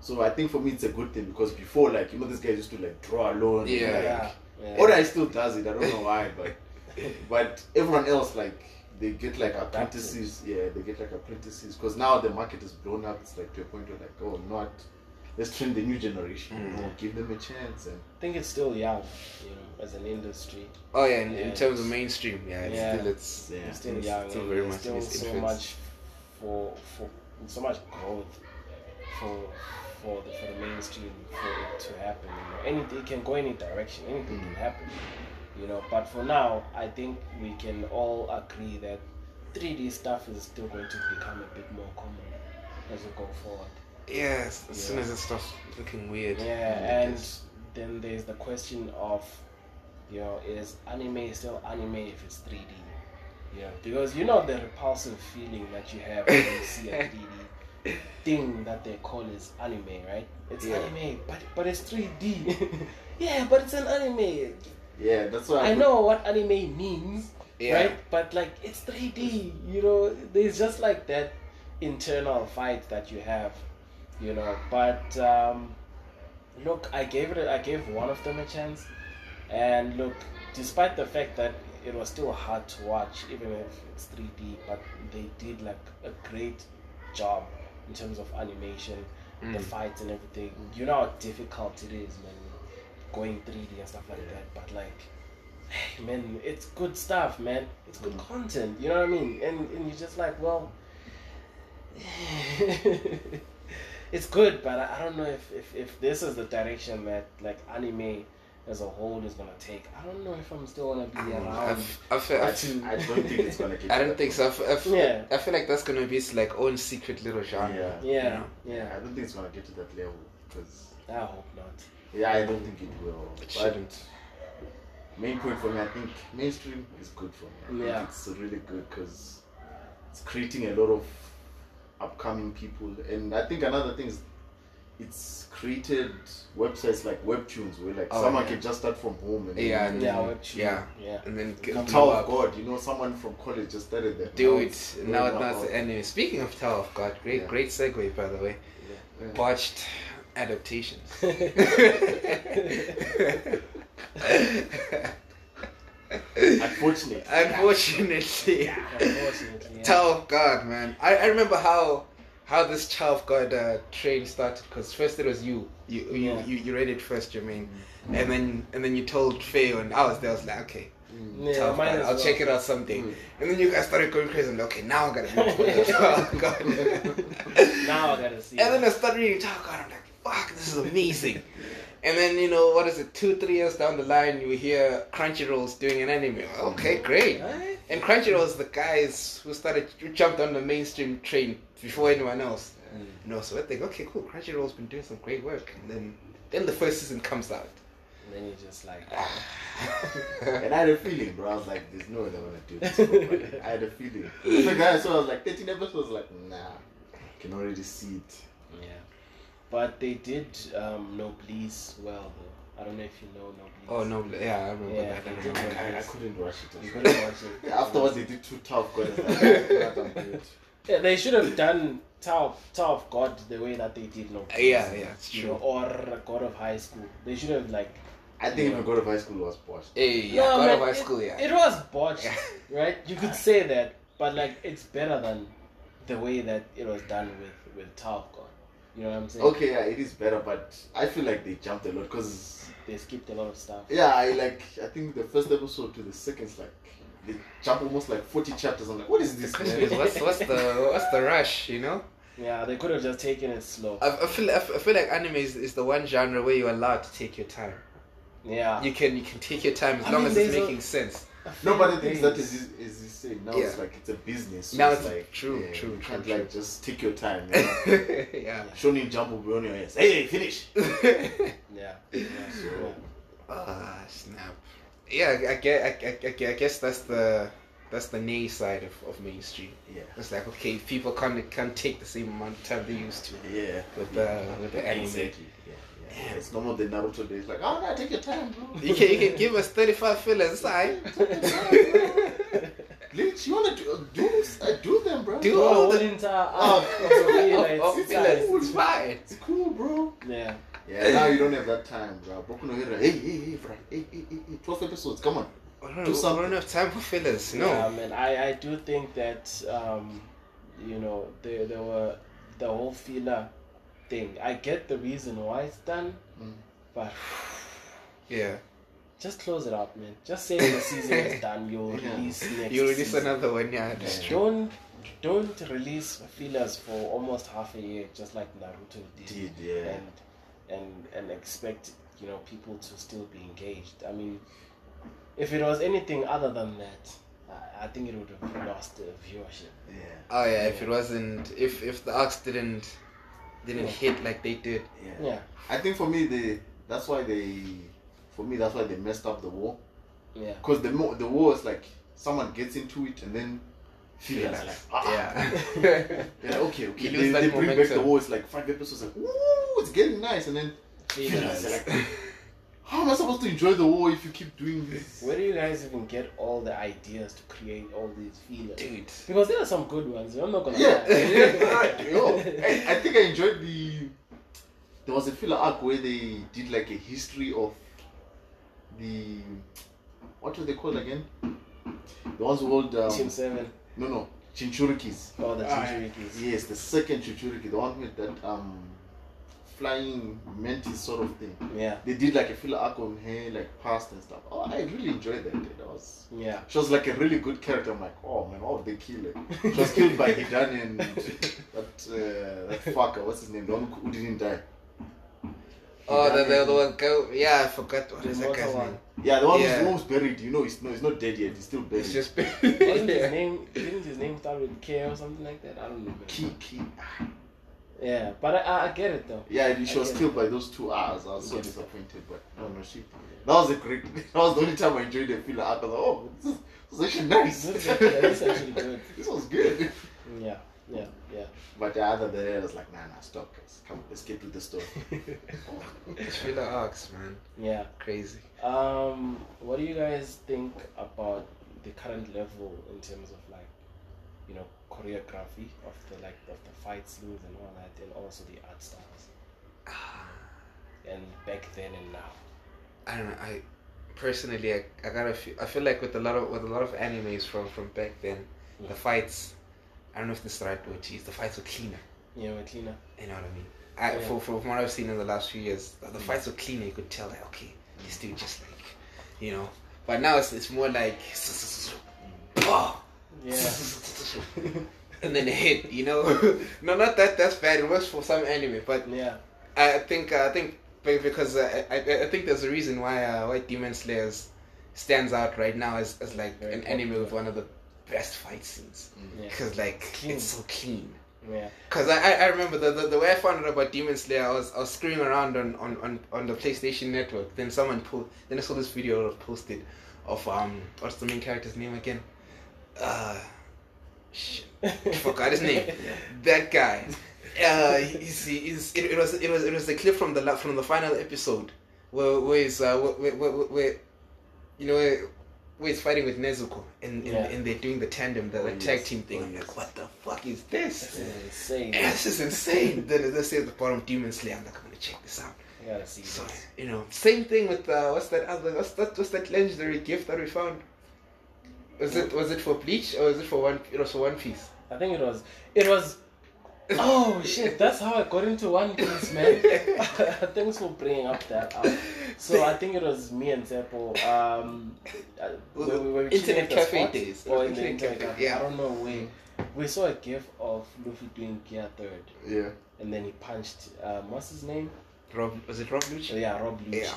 Speaker 2: so i think for me it's a good thing because before like you know this guy used to like draw alone
Speaker 1: Yeah.
Speaker 2: like,
Speaker 3: Yeah. yeah.
Speaker 2: or I still does it. I don't know why, but but everyone else like they get like apprentices. Yeah, they get like apprentices because now the market is blown up. It's like to a point where like oh not, let's train the new generation.
Speaker 1: Mm.
Speaker 2: You know, give them a chance and
Speaker 3: I think it's still young, you know, as an industry.
Speaker 1: Oh yeah, in,
Speaker 3: Yeah,
Speaker 1: in terms
Speaker 3: it's-
Speaker 1: of mainstream, yeah, it's
Speaker 3: yeah.
Speaker 1: still it's
Speaker 2: yeah.
Speaker 3: It's still
Speaker 1: It's
Speaker 3: young.
Speaker 1: still
Speaker 3: and
Speaker 1: very
Speaker 3: there's
Speaker 1: much
Speaker 3: still
Speaker 1: in its
Speaker 3: so
Speaker 1: infants.
Speaker 3: much for for so much growth for for the, for the mainstream for it to happen. You know, anything it can go any direction. Anything
Speaker 1: Mm.
Speaker 3: can happen. You know, but for now, I think we can all agree that 3D stuff is still going to become a bit more common as we go forward.
Speaker 1: yeah, as, as soon
Speaker 3: Yeah.
Speaker 1: as it starts looking weird. Mm,
Speaker 3: Yeah, and then there's the question of, you know, is anime still anime if it's 3D? Yeah, because you know the repulsive feeling that you have when you see a 3D thing that they call is anime, right? It's
Speaker 1: Yeah.
Speaker 3: anime, but but it's 3D. yeah, but it's an anime.
Speaker 2: yeah. That's why
Speaker 3: I
Speaker 2: put-
Speaker 3: know what anime means,
Speaker 1: Yeah.
Speaker 3: right? But like it's 3D, you know, there's just like that internal fight that you have, you know. But um, look, I gave it, a, I gave one of them a chance, and look, despite the fact that it was still hard to watch, even if it's 3D, but they did like a great job in terms of animation, the fights and everything. You know how difficult it is, man, going 3D and stuff like that. But like, man, it's good stuff, man. It's good content. You know what I mean? And and you're just like, well, it's good, but I, I don't know if, if if this is the direction that like anime as a whole is gonna take. I don't know if I'm still gonna be around.
Speaker 1: Mm, I've, I've, I've,
Speaker 2: I don't think it's gonna. Get
Speaker 1: I
Speaker 2: to
Speaker 1: don't
Speaker 2: that
Speaker 1: think so. I've, I've,
Speaker 3: Yeah.
Speaker 1: I feel like that's gonna be its like own secret little genre.
Speaker 2: Yeah.
Speaker 3: Yeah,
Speaker 2: level. Yeah,
Speaker 3: yeah.
Speaker 2: I don't think it's gonna get to that level because
Speaker 3: I hope not.
Speaker 2: yeah, I don't think it will.
Speaker 1: It
Speaker 2: But
Speaker 1: shouldn't.
Speaker 2: main point for me, I think mainstream is good for me. I think
Speaker 3: Yeah.
Speaker 2: it's really good because it's creating a lot of upcoming people, and I think another thing is it's created websites like Webtoons where like
Speaker 1: Oh,
Speaker 2: someone
Speaker 1: yeah.
Speaker 2: can just start from home and
Speaker 1: Yeah, and
Speaker 3: Yeah,
Speaker 1: then-
Speaker 3: webtoon.
Speaker 1: Mm, yeah, Mm.
Speaker 3: Yeah.
Speaker 1: and then
Speaker 2: You
Speaker 1: get
Speaker 2: can
Speaker 1: blow
Speaker 2: tell
Speaker 1: up.
Speaker 2: God, you know, someone from college just started that.
Speaker 1: Do
Speaker 2: Now
Speaker 1: it
Speaker 2: it's
Speaker 1: now.
Speaker 2: blowing
Speaker 1: Now
Speaker 2: up.
Speaker 1: it's anyway. Speaking of Tower of God, great,
Speaker 2: Yeah.
Speaker 1: great segue by the way.
Speaker 2: Yeah.
Speaker 1: Botched adaptations.
Speaker 2: Unfortunately,
Speaker 1: Unfortunately,
Speaker 3: Unfortunately, yeah.
Speaker 1: Tower of God, man. I, I remember how how this Tower of God uh, train started because first it was you, you you,
Speaker 3: Yeah. Mm-hmm.
Speaker 1: you you read it first, Jermaine, and then and then you told Feo, and I was there. I was like, okay,
Speaker 3: Yeah,
Speaker 1: Tough,
Speaker 3: might
Speaker 1: man.
Speaker 3: as
Speaker 1: I'll
Speaker 3: well.
Speaker 1: check it out someday.
Speaker 2: Mm.
Speaker 1: And then you guys started going crazy. I'm like, okay, now I gotta do it. Oh, God.
Speaker 3: Now I gotta see.
Speaker 1: And then
Speaker 3: it.
Speaker 1: I started reading oh God, I'm like, fuck, this is amazing. and then, you know, what is it, two, three years down the line, you hear Crunchyroll's doing an anime. Okay, great.
Speaker 3: Alright.
Speaker 1: And Crunchyroll's the guys who started, who jumped on the mainstream train before anyone else.
Speaker 2: Mm.
Speaker 1: You know, so I think, okay, cool, Crunchyroll's been doing some great work. And then, then the first season comes out.
Speaker 3: And then you just like.
Speaker 2: And I had a feeling, bro. I was like, there's no way they're gonna do this. properly. I had a feeling. The guy saw, I was like, 13 episodes. I was like, nah, can already see it.
Speaker 3: Yeah, but they did um, Noblesse well though. I don't know if you know Noblesse.
Speaker 1: oh, no, yeah, I remember
Speaker 3: Yeah,
Speaker 1: that. I
Speaker 3: they
Speaker 1: remember
Speaker 3: did.
Speaker 1: that.
Speaker 2: I, I couldn't rush
Speaker 3: You
Speaker 2: it.
Speaker 3: couldn't watch it.
Speaker 2: Yeah, afterwards, they did two tough gods. I was like, "Nah, I'm good."
Speaker 3: Yeah, they should have done Tower, Tower of God the way that they did Noblesse.
Speaker 1: Uh, Yeah, yeah, it's
Speaker 3: You
Speaker 1: true.
Speaker 3: know, or God of High School. They should have like.
Speaker 2: I think even God of High School was botched.
Speaker 1: Hey, yeah, God
Speaker 3: man,
Speaker 1: of High
Speaker 3: it-
Speaker 1: School, yeah.
Speaker 3: It was botched,
Speaker 1: Yeah.
Speaker 3: right? You could say that, but like it's better than the way that it was done with with Tower of God. You know what I'm saying?
Speaker 2: Okay, yeah, it is better, but I feel like they jumped a lot because,
Speaker 3: They skipped a lot of stuff.
Speaker 2: yeah, I like, I think the first episode to the second is like, they jump almost like 40 chapters. I'm like, what is
Speaker 1: The
Speaker 2: this?
Speaker 1: question
Speaker 2: man?
Speaker 1: is, what's, what's the what's the rush? You know,
Speaker 3: Yeah, they could have just taken it slow.
Speaker 1: I, I feel I feel like anime is, is the one genre where you're allowed to take your time.
Speaker 3: Yeah.
Speaker 1: You can you can take your time as
Speaker 3: I
Speaker 1: long
Speaker 3: mean,
Speaker 1: as it's
Speaker 3: there's a-
Speaker 1: making sense.
Speaker 2: No, but the thing is that
Speaker 3: Things.
Speaker 2: is, is, is you say now it's
Speaker 1: Yeah.
Speaker 2: like it's a business. So
Speaker 1: Now
Speaker 2: it's,
Speaker 1: it's
Speaker 2: like
Speaker 1: true,
Speaker 2: yeah,
Speaker 1: true,
Speaker 2: You
Speaker 1: true,
Speaker 2: can't
Speaker 1: true.
Speaker 2: like just take your time. You know?
Speaker 1: yeah.
Speaker 2: Shonen Jump will be on your ass. Hey, finish.
Speaker 3: Yeah. yeah. sure.
Speaker 1: Ah, snap. Yeah, I, I get. I, I, I I guess that's the that's the nay side of, of mainstream.
Speaker 2: Yeah,
Speaker 1: It's like okay, people can't can't take the same amount of time they used to
Speaker 2: yeah.
Speaker 1: with the with the anime.
Speaker 2: Exactly. Yeah, yeah. yeah. It's normal the Naruto days. Like, oh no, take your time, bro.
Speaker 1: You can you can give us thirty five fillers, it's alright.
Speaker 2: Lich, you wanna do do, uh, do them, bro?
Speaker 1: Do
Speaker 3: The
Speaker 1: all
Speaker 3: whole
Speaker 1: Oh, the
Speaker 3: entire arc of the way that
Speaker 1: oh,
Speaker 3: it's
Speaker 1: fillers,
Speaker 3: done.
Speaker 1: it's fine.
Speaker 2: It's cool, bro.
Speaker 3: Yeah.
Speaker 2: Yeah, now you don't have that time, bro. Boku no Hero. Hey, hey, hey, bro. Hey, hey, hey, hey. Twelve episodes. Come on.
Speaker 1: I don't,
Speaker 2: Do
Speaker 1: we
Speaker 2: something.
Speaker 1: don't have time for fillers. No.
Speaker 3: Yeah, man. I, I do think that um, you know there there were the whole filler thing. I get the reason why it's done,
Speaker 2: Mm.
Speaker 3: but
Speaker 1: Yeah.
Speaker 3: just close it out, man. Just say the season is done. You'll
Speaker 2: Yeah.
Speaker 3: release next.
Speaker 1: You release
Speaker 3: season.
Speaker 1: another one, yeah. That's
Speaker 2: Yeah.
Speaker 1: true.
Speaker 3: Don't don't release fillers for almost half a year, just like Naruto did.
Speaker 2: Did, yeah.
Speaker 3: and and and expect you know people to still be engaged. I mean, if it was anything other than that, I, I think it would have lost uh, viewership.
Speaker 2: Yeah,
Speaker 1: Oh yeah, if it wasn't if if the arcs didn't didn't
Speaker 3: Yeah.
Speaker 1: hit like they did.
Speaker 2: yeah.
Speaker 3: Yeah,
Speaker 2: I think for me, they that's why they, for me, that's why they messed up the war.
Speaker 3: yeah.
Speaker 2: Because the mo- the war is like someone gets into it and then feels
Speaker 3: Feels
Speaker 2: like
Speaker 3: like-
Speaker 2: ah,
Speaker 1: Yeah.
Speaker 2: yeah, okay, okay.
Speaker 1: You
Speaker 2: They,
Speaker 1: lose that
Speaker 2: they bring back the
Speaker 1: momentum.
Speaker 2: war. It's like five episodes. Like ooh, it's getting nice, and then
Speaker 3: Fillers.
Speaker 2: Fillers. how am I supposed to enjoy the war if you keep doing this?
Speaker 3: Where do you guys even get all the ideas to create all these fillers?
Speaker 1: Dude.
Speaker 3: Because there are some good ones. I'm not gonna.
Speaker 2: Yeah,
Speaker 3: lie.
Speaker 2: yo, I, I think I enjoyed the. There was a filler arc where they did like a history of the. What were they called again? The ones who hold.
Speaker 3: Team
Speaker 2: Um,
Speaker 3: Seven.
Speaker 2: no, no. Chinchurikis.
Speaker 3: Oh, the
Speaker 1: Ah,
Speaker 3: Team Jinchurikis.
Speaker 2: Yes, the second Chichuriki, the one with that um flying mantis sort of thing.
Speaker 3: Yeah,
Speaker 2: They did like a filler arc on her, like past and stuff. Oh, I really enjoyed that. That was
Speaker 3: yeah.
Speaker 2: she was like a really good character. I'm like, oh man, why would they kill her? She was killed by Hidan and that uh, that fucker. What's his name? The one who didn't die.
Speaker 1: Oh the
Speaker 2: Hidan
Speaker 1: the
Speaker 2: and-
Speaker 1: other one go yeah, I forgot what
Speaker 3: The
Speaker 1: is that
Speaker 3: immortal
Speaker 1: guy's
Speaker 3: one.
Speaker 1: name.
Speaker 2: Yeah, the one
Speaker 1: Yeah.
Speaker 2: who's almost buried. You know, he's no, he's not dead yet. He's still buried.
Speaker 1: It's just
Speaker 3: Wasn't
Speaker 1: Yeah.
Speaker 3: his name? Didn't his name start with K or something like that? I don't remember.
Speaker 2: key, key.
Speaker 3: Yeah, but I, I, I get it though.
Speaker 2: Yeah, and she
Speaker 3: I
Speaker 2: was
Speaker 3: get
Speaker 2: killed by those two hours. I was so
Speaker 3: Okay.
Speaker 2: disappointed, but no, no, she. That was a great. That was the only time I enjoyed the filler. I was like, oh, this is, this is actually nice.
Speaker 3: This is actually- this is actually good.
Speaker 2: This was good.
Speaker 3: Yeah, yeah, yeah.
Speaker 2: But the other day, I was like, nah, nah, stop, guys. Come, let's get to the story.
Speaker 1: it's filler arcs, man.
Speaker 3: yeah.
Speaker 1: Crazy.
Speaker 3: Um, what do you guys think about the current level in terms of like, you know, choreography of the like of the fight scenes and all that, and also the art styles, and back then and now.
Speaker 1: Ah, I don't know. I personally, I, I gotta. Feel, I feel like with a lot of with a lot of animes from from back then, the fights. I don't know if this is the right word to use. The fights were cleaner.
Speaker 3: You know, Atlina.
Speaker 1: You know what I mean? I,
Speaker 3: Yeah.
Speaker 1: for, for from what I've seen in the last few years, the fights were cleaner. You could tell, like, okay, this dude just like, you know, But now it's, it's more like, oh,
Speaker 3: Yeah.
Speaker 1: and then a hit, you know. no, not that that's bad. It works for some anime, but
Speaker 3: Yeah.
Speaker 1: I think uh, I think be- because uh, I, I, I think there's a reason why uh, why Demon Slayers stands out right now as, as like
Speaker 3: Very
Speaker 1: an anime with
Speaker 3: popular.
Speaker 1: one of the best fight scenes
Speaker 3: Yeah.
Speaker 1: because like
Speaker 3: Clean.
Speaker 1: it's so clean.
Speaker 3: Yeah.
Speaker 1: Because I, I- I remember the, the, the way I found out about Demon Slayer, I was, I was screwing around on, on, on, on the PlayStation Network. Then someone pulled, then I saw this video posted of, um, what's the main character's name again? Uh, shit, forgot his name. That guy. Uh, he's, he's, it, it was it was it was a clip from the la- from the final episode where where he's, uh, where, where, where, where you know where, where he's fighting with Nezuko and, and,
Speaker 3: Yeah.
Speaker 1: and they're doing the tandem the,
Speaker 2: Oh,
Speaker 1: the
Speaker 2: yes.
Speaker 1: tag team thing.
Speaker 2: Oh,
Speaker 1: I'm
Speaker 2: yes.
Speaker 1: like, what the fuck is this?
Speaker 3: It's insane.
Speaker 1: Yeah, this is insane. then they say at the bottom, Demon Slayer. I'm like, I'm gonna check this out.
Speaker 3: I gotta see
Speaker 1: So
Speaker 3: this.
Speaker 1: you know, same thing with uh, what's that other? What's that? What's that legendary gift that we found? Was it was it for Bleach or was it for one? It was for One Piece.
Speaker 3: I think it was. It was. Oh shit! That's how I got into One Piece, man. Thanks for bringing up that. Up. So I think it was me and Zeppo. Um, uh, we, we were chilling
Speaker 1: Internet
Speaker 3: at the
Speaker 1: cafe
Speaker 3: spot,
Speaker 1: days.
Speaker 3: Or in the
Speaker 1: Internet
Speaker 3: internet
Speaker 1: cafe,
Speaker 3: cafe.
Speaker 1: yeah.
Speaker 3: I don't know when. We saw a gif of Luffy doing gear third,
Speaker 2: Yeah.
Speaker 3: and then he punched. Um, what's his name?
Speaker 1: Rob was it Rob Lucci?
Speaker 3: Oh, yeah, Rob Lucci.
Speaker 1: Yeah.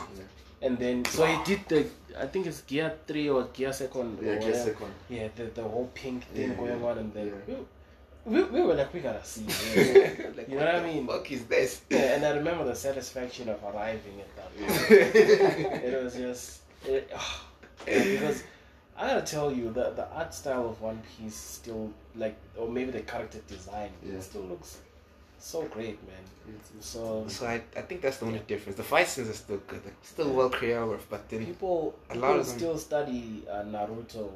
Speaker 3: And then so he did the. I think it's gear three or gear second.
Speaker 2: Yeah,
Speaker 3: or
Speaker 2: guess
Speaker 3: whatever.
Speaker 2: second.
Speaker 3: Oh, Yeah, the, the whole pink thing
Speaker 2: Yeah,
Speaker 3: going
Speaker 2: yeah,
Speaker 3: on, and then
Speaker 2: yeah.
Speaker 3: we, we, we were like, we gotta see. this.
Speaker 1: like,
Speaker 3: You know
Speaker 1: what
Speaker 3: what I
Speaker 1: the
Speaker 3: mean?
Speaker 1: Fuck is this?
Speaker 3: Yeah, and I remember the satisfaction of arriving at that.
Speaker 2: Yeah.
Speaker 3: point. It was just it, ah, yeah, because I gotta tell you the the art style of One Piece still like, or maybe the character design
Speaker 2: Yeah.
Speaker 3: it still looks so great, man.
Speaker 2: It's- it's-
Speaker 3: So
Speaker 1: so I, I think that's the only difference. The fight scenes are still good, they're still well choreographed, but then
Speaker 3: people
Speaker 1: A lot
Speaker 3: people
Speaker 1: of them-
Speaker 3: still study uh, Naruto.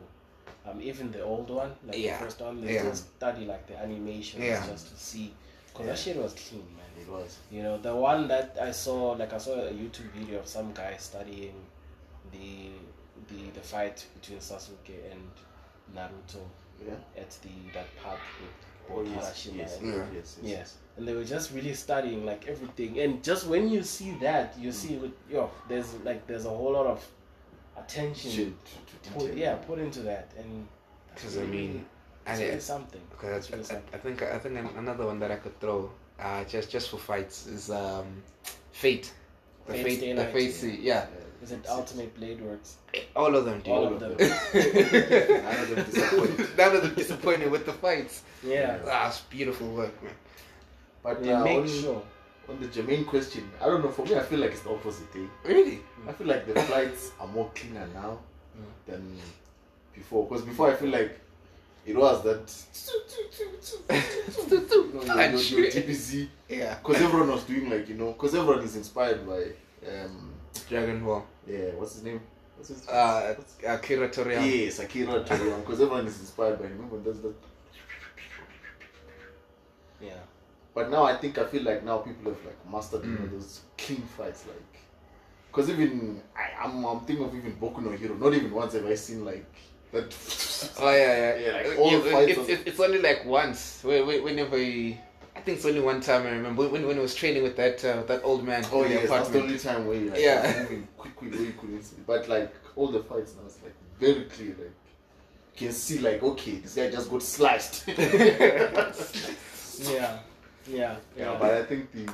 Speaker 3: Um, even the old one, like
Speaker 1: Yeah.
Speaker 3: the first one, they
Speaker 1: Yeah.
Speaker 3: still study like the animations
Speaker 1: Yeah.
Speaker 3: just to see, cause that shit was clean, man.
Speaker 2: It was.
Speaker 3: You know, the one that I saw, like I saw a YouTube video of some guy studying the the the fight between Sasuke and Naruto
Speaker 2: Yeah.
Speaker 3: at the that park with
Speaker 2: Oh,
Speaker 3: both
Speaker 2: yes.
Speaker 3: Harashima
Speaker 2: Yes.
Speaker 3: and-
Speaker 1: Yeah.
Speaker 2: Yes. Yes.
Speaker 3: Yes, and they were just really studying like everything, and just when you see that, you see with yo, there's like there's a whole lot of attention,
Speaker 2: Shit, to- to
Speaker 3: put,
Speaker 2: detail.
Speaker 3: yeah, put into that, and that's
Speaker 1: because I mean,
Speaker 3: it's
Speaker 1: I-
Speaker 3: really something.
Speaker 1: Okay, that's,
Speaker 3: It's really
Speaker 1: I,
Speaker 3: something.
Speaker 1: I think I think an- another one that I could throw, uh, just just for fights is um, Fate, the
Speaker 3: Fate
Speaker 1: Fate,
Speaker 3: Stay
Speaker 1: the
Speaker 3: Night,
Speaker 1: Fate, se- yeah.
Speaker 3: Is it Ultimate Blade Works?
Speaker 1: all of them, dude.
Speaker 3: All of them.
Speaker 2: None of them disappoint.
Speaker 1: None of them disappointed with the fights.
Speaker 3: Yeah,
Speaker 1: Ah, it's beautiful work, man.
Speaker 2: But
Speaker 3: they
Speaker 2: uh,
Speaker 3: make
Speaker 2: on,
Speaker 3: sure.
Speaker 2: on the Jermaine question, I don't know. For me, I feel like it's the opposite. Eh?
Speaker 1: Really?
Speaker 3: Hmm.
Speaker 2: I feel like the flights are more cleaner now
Speaker 3: Mm.
Speaker 2: than before. Because before, I feel like it was that. you know, your- your- your TPC.
Speaker 1: Yeah.
Speaker 2: Because everyone was doing like you know. Because everyone is inspired by um.
Speaker 1: Dragon Ball.
Speaker 2: Yeah. What's his name? What's his
Speaker 1: Uh,
Speaker 2: what's-
Speaker 1: Akira Toriyama.
Speaker 2: Yes, Akira Toriyama. Because everyone is inspired by him. Everyone does that.
Speaker 3: Yeah.
Speaker 2: But now I think I feel like now people have like mastered you know,
Speaker 1: Mm.
Speaker 2: those clean fights, like. Because even I, I'm, I'm thinking of even Boku no Hero. Not even once have I seen like that.
Speaker 1: Oh yeah, yeah.
Speaker 2: Yeah, like, all
Speaker 1: Yeah,
Speaker 2: the fights
Speaker 1: it's,
Speaker 2: of-
Speaker 1: it's, it's only like once. Whe- whe- Whenever he, I think it's only one time I remember when when I was training with that uh, that old man
Speaker 2: Oh
Speaker 1: in
Speaker 2: yeah,
Speaker 1: the
Speaker 2: that's the
Speaker 1: apartment.
Speaker 2: only time where you like
Speaker 1: Yeah.
Speaker 2: yeah. moving quickly where you couldn't see. But like all the fights now, it's like very clear. Like you can see like okay, this guy just got sliced.
Speaker 3: Yeah, yeah,
Speaker 2: Yeah, but I think the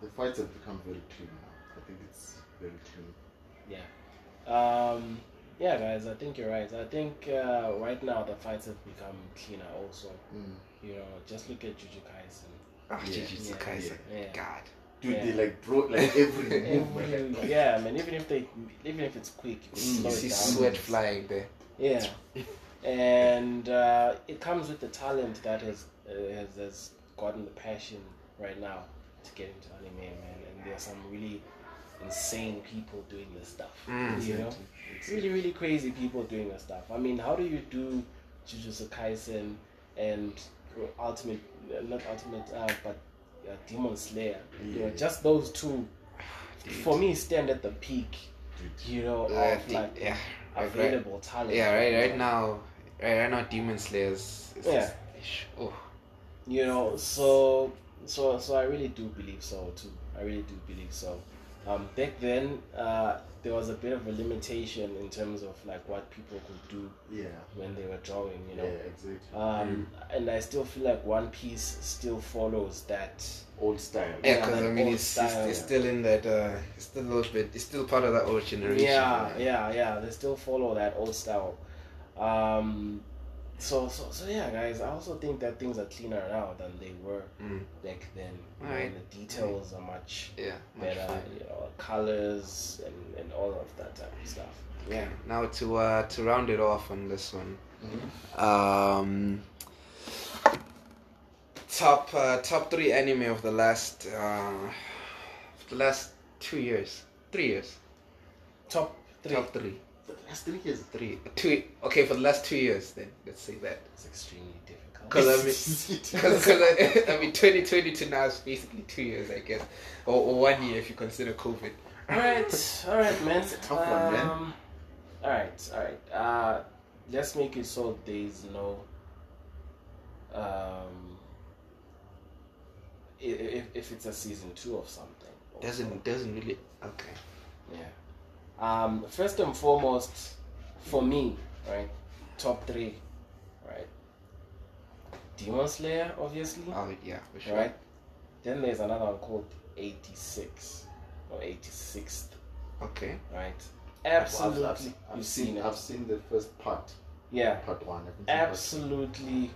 Speaker 2: the fights have become very clean now. I think it's very clean.
Speaker 3: Um, yeah, guys, I think you're right. I think uh, right now the fights have become cleaner. Also,
Speaker 2: Mm.
Speaker 3: you know, just look at Jujutsu Kaisen.
Speaker 1: Oh,
Speaker 2: Yeah.
Speaker 1: Jujutsu
Speaker 3: Yeah.
Speaker 1: Kaisen.
Speaker 3: Yeah.
Speaker 1: God.
Speaker 2: Dude,
Speaker 3: Yeah.
Speaker 2: they like draw like every movement.
Speaker 3: Every, yeah, man. Even if they, even if it's quick, you can
Speaker 2: Mm,
Speaker 3: slow
Speaker 1: You
Speaker 3: it
Speaker 1: see
Speaker 3: down.
Speaker 1: sweat flying there.
Speaker 3: Yeah, and uh, it comes with the talent that has, uh, has has gotten the passion right now to get into anime, man. And there are some really insane people doing this stuff.
Speaker 1: Mm.
Speaker 3: You know. really really crazy people doing this stuff. I mean, how do you do Jujutsu Kaisen and Ultimate, uh, not Ultimate, uh, but uh, Demon Slayer? You know,
Speaker 2: Yeah.
Speaker 3: just those two
Speaker 1: Dude.
Speaker 3: for me stand at the peak. You know,
Speaker 1: Uh,
Speaker 3: of
Speaker 1: the-
Speaker 3: like
Speaker 1: yeah. Right, right.
Speaker 3: available talent.
Speaker 1: Yeah, right, right now, right, right now, Demon Slayers. Is
Speaker 3: Yeah.
Speaker 1: Just, oh,
Speaker 3: You know, so so so I really do believe so too. I really do believe so. Um, back then, uh, there was a bit of a limitation in terms of like what people could do
Speaker 2: Yeah.
Speaker 3: when they were drawing, you know.
Speaker 2: Yeah, exactly.
Speaker 3: Um,
Speaker 1: Mm.
Speaker 3: and I still feel like One Piece still follows that.
Speaker 2: Old style.
Speaker 1: Yeah,
Speaker 3: Yeah,
Speaker 1: because I
Speaker 3: that
Speaker 1: mean,
Speaker 3: old
Speaker 1: it's, it's,
Speaker 3: style.
Speaker 1: it's still in that. Uh, it's still a little bit. It's still part of that old generation.
Speaker 3: Yeah,
Speaker 1: right?
Speaker 3: yeah, yeah. They still follow that old style. Um, so, so, so yeah, guys. I also think that things are cleaner now than they were
Speaker 1: Mm.
Speaker 3: back then. You know,
Speaker 1: Alright.
Speaker 3: and the details are much
Speaker 1: Yeah. much
Speaker 3: better,
Speaker 1: fun.
Speaker 3: you know, colors and, and all of that type of stuff.
Speaker 1: Yeah. Now to uh, to round it off on this one.
Speaker 2: Mhm.
Speaker 1: Um, top uh, top three anime of the last uh, of the last two years, three years,
Speaker 3: Top three.
Speaker 1: top three,
Speaker 2: The last three years.
Speaker 1: three, two. Okay, for the last two years, then let's say that.
Speaker 3: It's extremely difficult.
Speaker 1: 'Cause I mean- Because uh, I, I mean, 2020 to now is basically two years, I guess, or, or one year if you consider COVID.
Speaker 3: all right, all right, man.
Speaker 2: It's a tough one, man.
Speaker 3: Um, All right, all right. Uh, let's make it so there's no. Um, i- i- if, if it's a season two of something. or-
Speaker 1: Doesn't doesn't really. Okay.
Speaker 3: Yeah. Um, first and foremost, for me, right, top three, right. Demon Slayer, obviously,
Speaker 1: Oh yeah, for sure.
Speaker 3: Hmm. right. Then there's another one called 86 or 86th,
Speaker 1: Okay.
Speaker 3: right?
Speaker 2: Absolutely.
Speaker 3: Absolutely,
Speaker 2: I've, I've, I've
Speaker 3: you've
Speaker 2: seen,
Speaker 3: seen it.
Speaker 2: I've seen the first part,
Speaker 3: Yeah,
Speaker 2: part one. I haven't seen part
Speaker 3: absolutely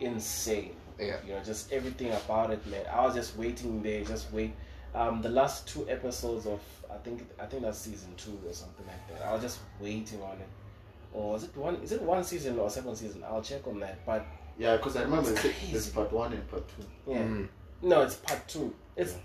Speaker 3: insane.
Speaker 1: Yeah.
Speaker 3: You know, just everything about it, man. I was just waiting there, just wait. Um, the last two episodes of I think I think that's season two or something like that. I was just waiting on it. Or is it one? Is it one season or second season? I'll check on that. But
Speaker 2: two. Yeah, because I remember
Speaker 3: It's
Speaker 2: this, this
Speaker 3: crazy.
Speaker 2: part one and part two.
Speaker 3: yeah,
Speaker 1: Mm.
Speaker 3: no, it's part two. It's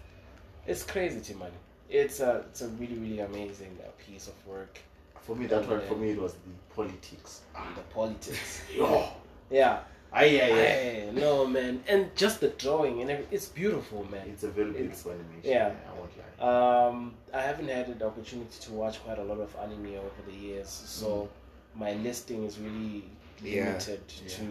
Speaker 3: it's crazy, to man. It's a it's a really really amazing uh, piece of work.
Speaker 2: For me, that one,
Speaker 3: Yeah.
Speaker 2: for me, it was the politics.
Speaker 3: The politics.
Speaker 2: Oh,
Speaker 3: yeah.
Speaker 2: aye, aye, aye.
Speaker 3: Hey, no man, and just the drawing and everything. It's beautiful, man.
Speaker 2: It's a very
Speaker 3: It's-
Speaker 2: beautiful animation.
Speaker 3: yeah.
Speaker 2: I won't lie.
Speaker 3: Um, I haven't had the opportunity to watch quite a lot of anime over the years, so my listing is really
Speaker 1: Yeah,
Speaker 3: limited
Speaker 2: Mm. yeah.
Speaker 3: to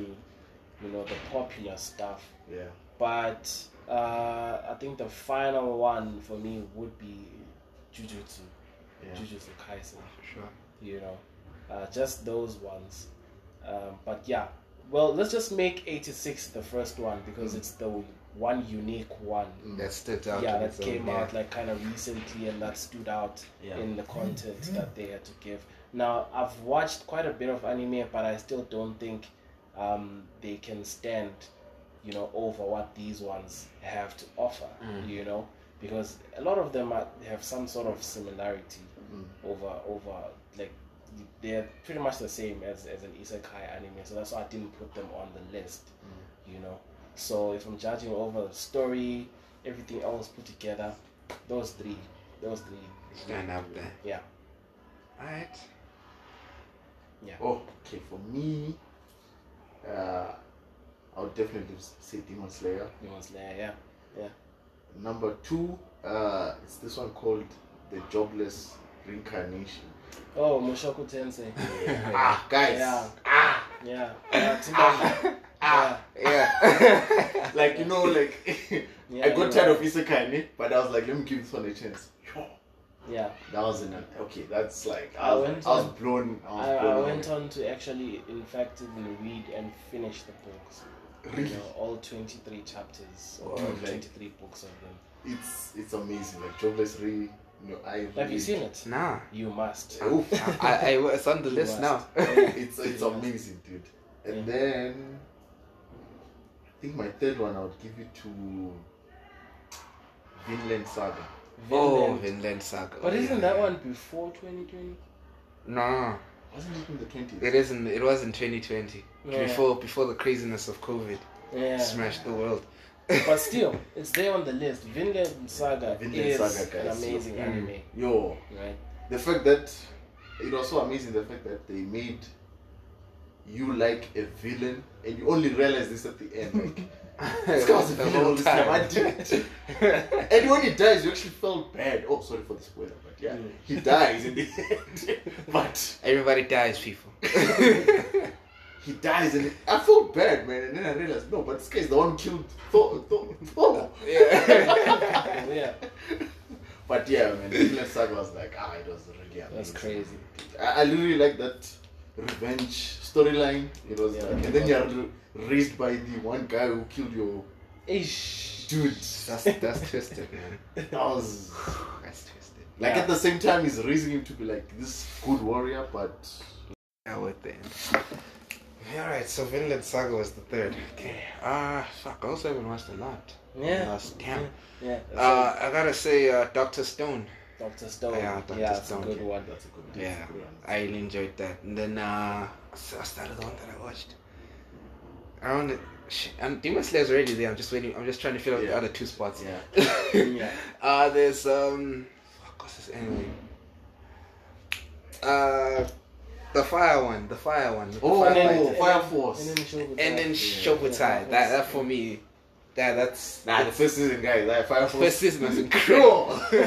Speaker 3: you know the popular stuff.
Speaker 2: Yeah.
Speaker 3: But uh, I think the final one for me would be Jujutsu,
Speaker 2: Yeah.
Speaker 3: Jujutsu Kaisen.
Speaker 1: For sure.
Speaker 3: You know, uh, just those ones. Um, but yeah, well, let's just make eighty six the first one because it's the one unique one.
Speaker 1: That stood out.
Speaker 3: Yeah,
Speaker 1: on
Speaker 3: that
Speaker 1: its own,
Speaker 3: came
Speaker 1: yeah.
Speaker 3: out like kind of recently, and that stood out
Speaker 2: Yeah.
Speaker 3: in the content that they had to give. Now, I've watched quite a bit of anime, but I still don't think um, they can stand, you know, over what these ones have to offer.
Speaker 1: Mm.
Speaker 3: You know, because a lot of them are, have some sort of similarity
Speaker 2: Mm.
Speaker 3: over over like they're pretty much the same as as an isekai anime. So that's why I didn't put them on the list. You know, so if I'm judging over the story, everything else put together, those three, those three
Speaker 1: Stand up there.
Speaker 3: Yeah.
Speaker 1: Alright.
Speaker 2: Okay, for me, uh, I would definitely say Demon Slayer.
Speaker 3: Demon Slayer, yeah.
Speaker 2: Number two, uh, it's this one called The Jobless Reincarnation.
Speaker 3: Oh, Mushoku Tensei.
Speaker 2: ah, guys.
Speaker 3: Yeah.
Speaker 2: Ah,
Speaker 3: Yeah. yeah, Uh, Tsubame.
Speaker 2: ah.
Speaker 1: Yeah.
Speaker 2: Like, you know, like,
Speaker 3: Yeah,
Speaker 2: I got
Speaker 3: you're
Speaker 2: tired of Isekai, ne? but I was like, let me give this one a chance. Yo,
Speaker 3: right. Yeah,
Speaker 2: That was an okay. That's like
Speaker 3: I
Speaker 2: I was,
Speaker 3: went
Speaker 2: I was
Speaker 3: on-
Speaker 2: blown. I was
Speaker 3: I, I
Speaker 2: blown away.
Speaker 3: went on to actually, in fact, even read and finish the books. You
Speaker 2: Really?
Speaker 3: know, all 23 chapters, or
Speaker 2: Wow.
Speaker 3: 23 books of them.
Speaker 2: It's it's amazing. Like Jobless Re, no, I.
Speaker 3: Have you
Speaker 2: really-
Speaker 3: seen it?
Speaker 1: nah.
Speaker 3: You must.
Speaker 2: Oof.
Speaker 1: I, I, it's on the
Speaker 3: You
Speaker 1: list now.
Speaker 3: must.
Speaker 2: it's it's
Speaker 3: Yeah.
Speaker 2: amazing, dude. And
Speaker 3: Yeah.
Speaker 2: then I think my third one I would give you to Vinland Saga.
Speaker 1: oh,
Speaker 3: Vinland.
Speaker 1: Vinland Saga.
Speaker 3: But
Speaker 1: Oh,
Speaker 3: isn't
Speaker 1: yeah,
Speaker 3: that
Speaker 1: yeah.
Speaker 3: one before 2020?
Speaker 1: No,
Speaker 2: Wasn't it in the twenties?
Speaker 1: it isn't. It was in 2020.
Speaker 3: Yeah.
Speaker 1: Before before the craziness of COVID
Speaker 3: Yeah.
Speaker 1: smashed the world.
Speaker 3: but still, it's there on the list. Vinland Saga
Speaker 2: Vinland
Speaker 3: is
Speaker 2: Saga,
Speaker 3: an
Speaker 2: guys.
Speaker 3: amazing
Speaker 1: Mm.
Speaker 3: anime,
Speaker 2: Yo,
Speaker 3: right?
Speaker 2: the fact that it was so amazing the fact that they made you like a villain and you only realize this at the end. Like this guy was a
Speaker 1: The
Speaker 2: villain
Speaker 1: whole
Speaker 2: all this time.
Speaker 1: time.
Speaker 2: I didn't. and when he dies, you actually felt bad. Oh, sorry for the spoiler, but yeah,
Speaker 3: Mm.
Speaker 2: he dies in the end. but
Speaker 1: Everybody dies, people.
Speaker 2: he dies and I felt bad, man. And then I realized, no, but this guy's the one who killed Thor. Thor, Thor.
Speaker 1: yeah.
Speaker 3: Yeah.
Speaker 2: but But yeah, man, Vinland Saga was like, ah, it was really amazing.
Speaker 3: That's crazy.
Speaker 2: I, I really like that revenge storyline. It was
Speaker 3: Yeah.
Speaker 2: like, and then you're r- raised by the one guy who killed your
Speaker 3: Ish.
Speaker 2: dude.
Speaker 1: That's that's twisted, man.
Speaker 2: That was
Speaker 1: That's twisted.
Speaker 2: like
Speaker 3: Yeah.
Speaker 2: at the same time, he's raising him to be like this good warrior, but
Speaker 1: Yeah, with the end. Alright, so Vinland Saga was the third. Okay. Ah, fuck. I also haven't watched a lot.
Speaker 3: Yeah.
Speaker 1: Lost. Damn.
Speaker 3: Yeah.
Speaker 1: Uh, I gotta say, uh, Dr. Stone.
Speaker 3: Doctor Stone.
Speaker 1: yeah,
Speaker 3: Yeah,
Speaker 1: Dr.
Speaker 3: that's
Speaker 1: Stone,
Speaker 3: a good
Speaker 1: yeah.
Speaker 3: one.
Speaker 2: that's a good. that's a
Speaker 1: Yeah,
Speaker 2: good one.
Speaker 1: I really enjoyed that. And then uh, so I started the one that I watched. I want shit, and Demon Slayer's already there. I'm just waiting. I'm just trying to fill out the
Speaker 2: Yeah.
Speaker 1: other two spots.
Speaker 2: Yeah.
Speaker 3: Yeah.
Speaker 1: Uh, there's um, fuck, what's this anyway? Uh, the fire one. The fire one.
Speaker 2: Oh,
Speaker 3: And then-
Speaker 2: Fire
Speaker 3: and then-
Speaker 2: Force.
Speaker 3: And then Shogun.
Speaker 1: and then Shobutai. That that for me. That that's
Speaker 2: Nah, the
Speaker 1: that's
Speaker 2: first season, guys. Like Fire Force.
Speaker 1: first season was incredible.
Speaker 2: Yo,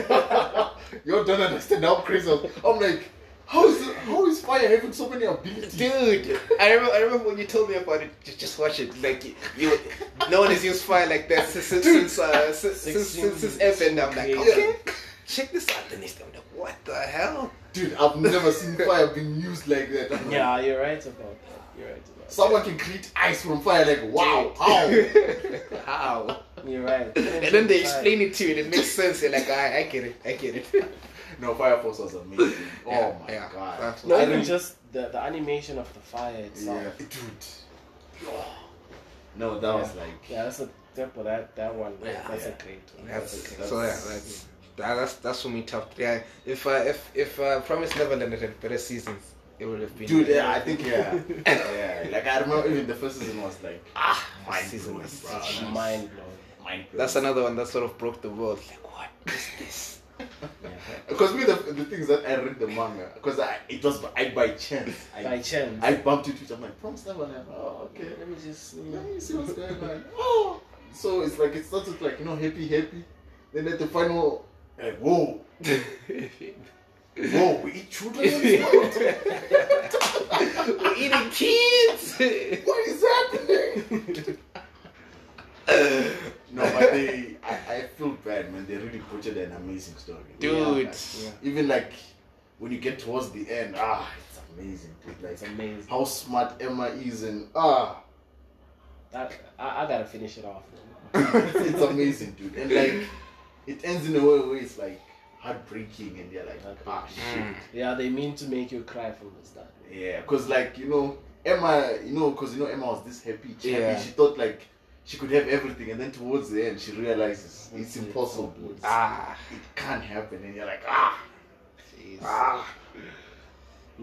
Speaker 2: you don't understand how crazy. I'm, I'm like, how is how is fire having so many abilities?
Speaker 1: Dude, I remember, I remember when you told me about it. Just, just watch it. Like you, you no one has used fire like that since since since uh, since, since, since, since Evan. I'm like, okay, check this out. Then it's- I'm like, what the hell?
Speaker 2: Dude, I've never seen fire being used like that. I'm like,
Speaker 3: Yeah, you're right about that. You're right about
Speaker 2: Someone can create ice from fire. Like, wow, how?
Speaker 1: how?
Speaker 3: that. You're right.
Speaker 1: And then they explain it to you. and It makes sense. You're like, I, I get it. I get it.
Speaker 2: No, Fire Force was amazing. Oh
Speaker 1: Yeah,
Speaker 2: my
Speaker 1: yeah. Fire
Speaker 2: god.
Speaker 1: Force.
Speaker 3: No,
Speaker 2: I
Speaker 3: even
Speaker 2: don't-
Speaker 3: just the, the animation of the fire itself.
Speaker 2: yeah,
Speaker 3: Yeah,
Speaker 2: dude. No, that was like.
Speaker 3: that's a that, but that that one.
Speaker 1: Yeah.
Speaker 3: that's
Speaker 2: Yeah.
Speaker 3: a great one.
Speaker 1: That's,
Speaker 3: a great
Speaker 1: so yeah, that's that, that's that's for me top three. I, if uh, if if uh, Promise Neverland had better seasons, it would have been. ah,
Speaker 2: Dude, yeah, I think yeah, yeah. Like I remember even the first season was like ah, mind
Speaker 1: season
Speaker 2: blowing,
Speaker 1: was
Speaker 2: bro.
Speaker 1: such
Speaker 3: one. Mind blowing.
Speaker 2: Mind blowing.
Speaker 1: That's another one that sort of broke the world. Like, what is this?
Speaker 2: Because me, the, the things that I read the manga, because I it was by- I by chance, I,
Speaker 3: By chance.
Speaker 2: I bumped into it. I'm like, Promise Neverland. Oh, okay.
Speaker 3: Let me just. You
Speaker 2: Let
Speaker 3: know.
Speaker 2: me see what's going on. Oh, so it's like it started like you know happy happy, then at the final, like whoa, whoa, we eat children. on this world?
Speaker 1: We're eating kids.
Speaker 2: what is happening? no, but they, I, I feel bad, man. They really butchered an amazing story,
Speaker 1: Dude.
Speaker 3: Yeah.
Speaker 2: Even like when you get towards the end, ah, it's amazing, dude. Like
Speaker 3: It's amazing.
Speaker 2: how smart Emma is and ah,
Speaker 3: That, I, I gotta finish it off.
Speaker 2: it's amazing, dude. And like it ends in a way where it's like heartbreaking, and you're like, ah, shit.
Speaker 3: Yeah, they mean to make you cry from the start.
Speaker 2: Yeah, cause like you know Emma, you know, cause you know Emma was this happy, she,
Speaker 1: Yeah.
Speaker 2: happy. she thought like she could have everything, and then towards the end she realizes
Speaker 3: Mm.
Speaker 2: it's impossible. It's-
Speaker 1: ah,
Speaker 2: it can't happen, and you're like ah,
Speaker 1: jeez.
Speaker 2: ah.
Speaker 3: Yeah.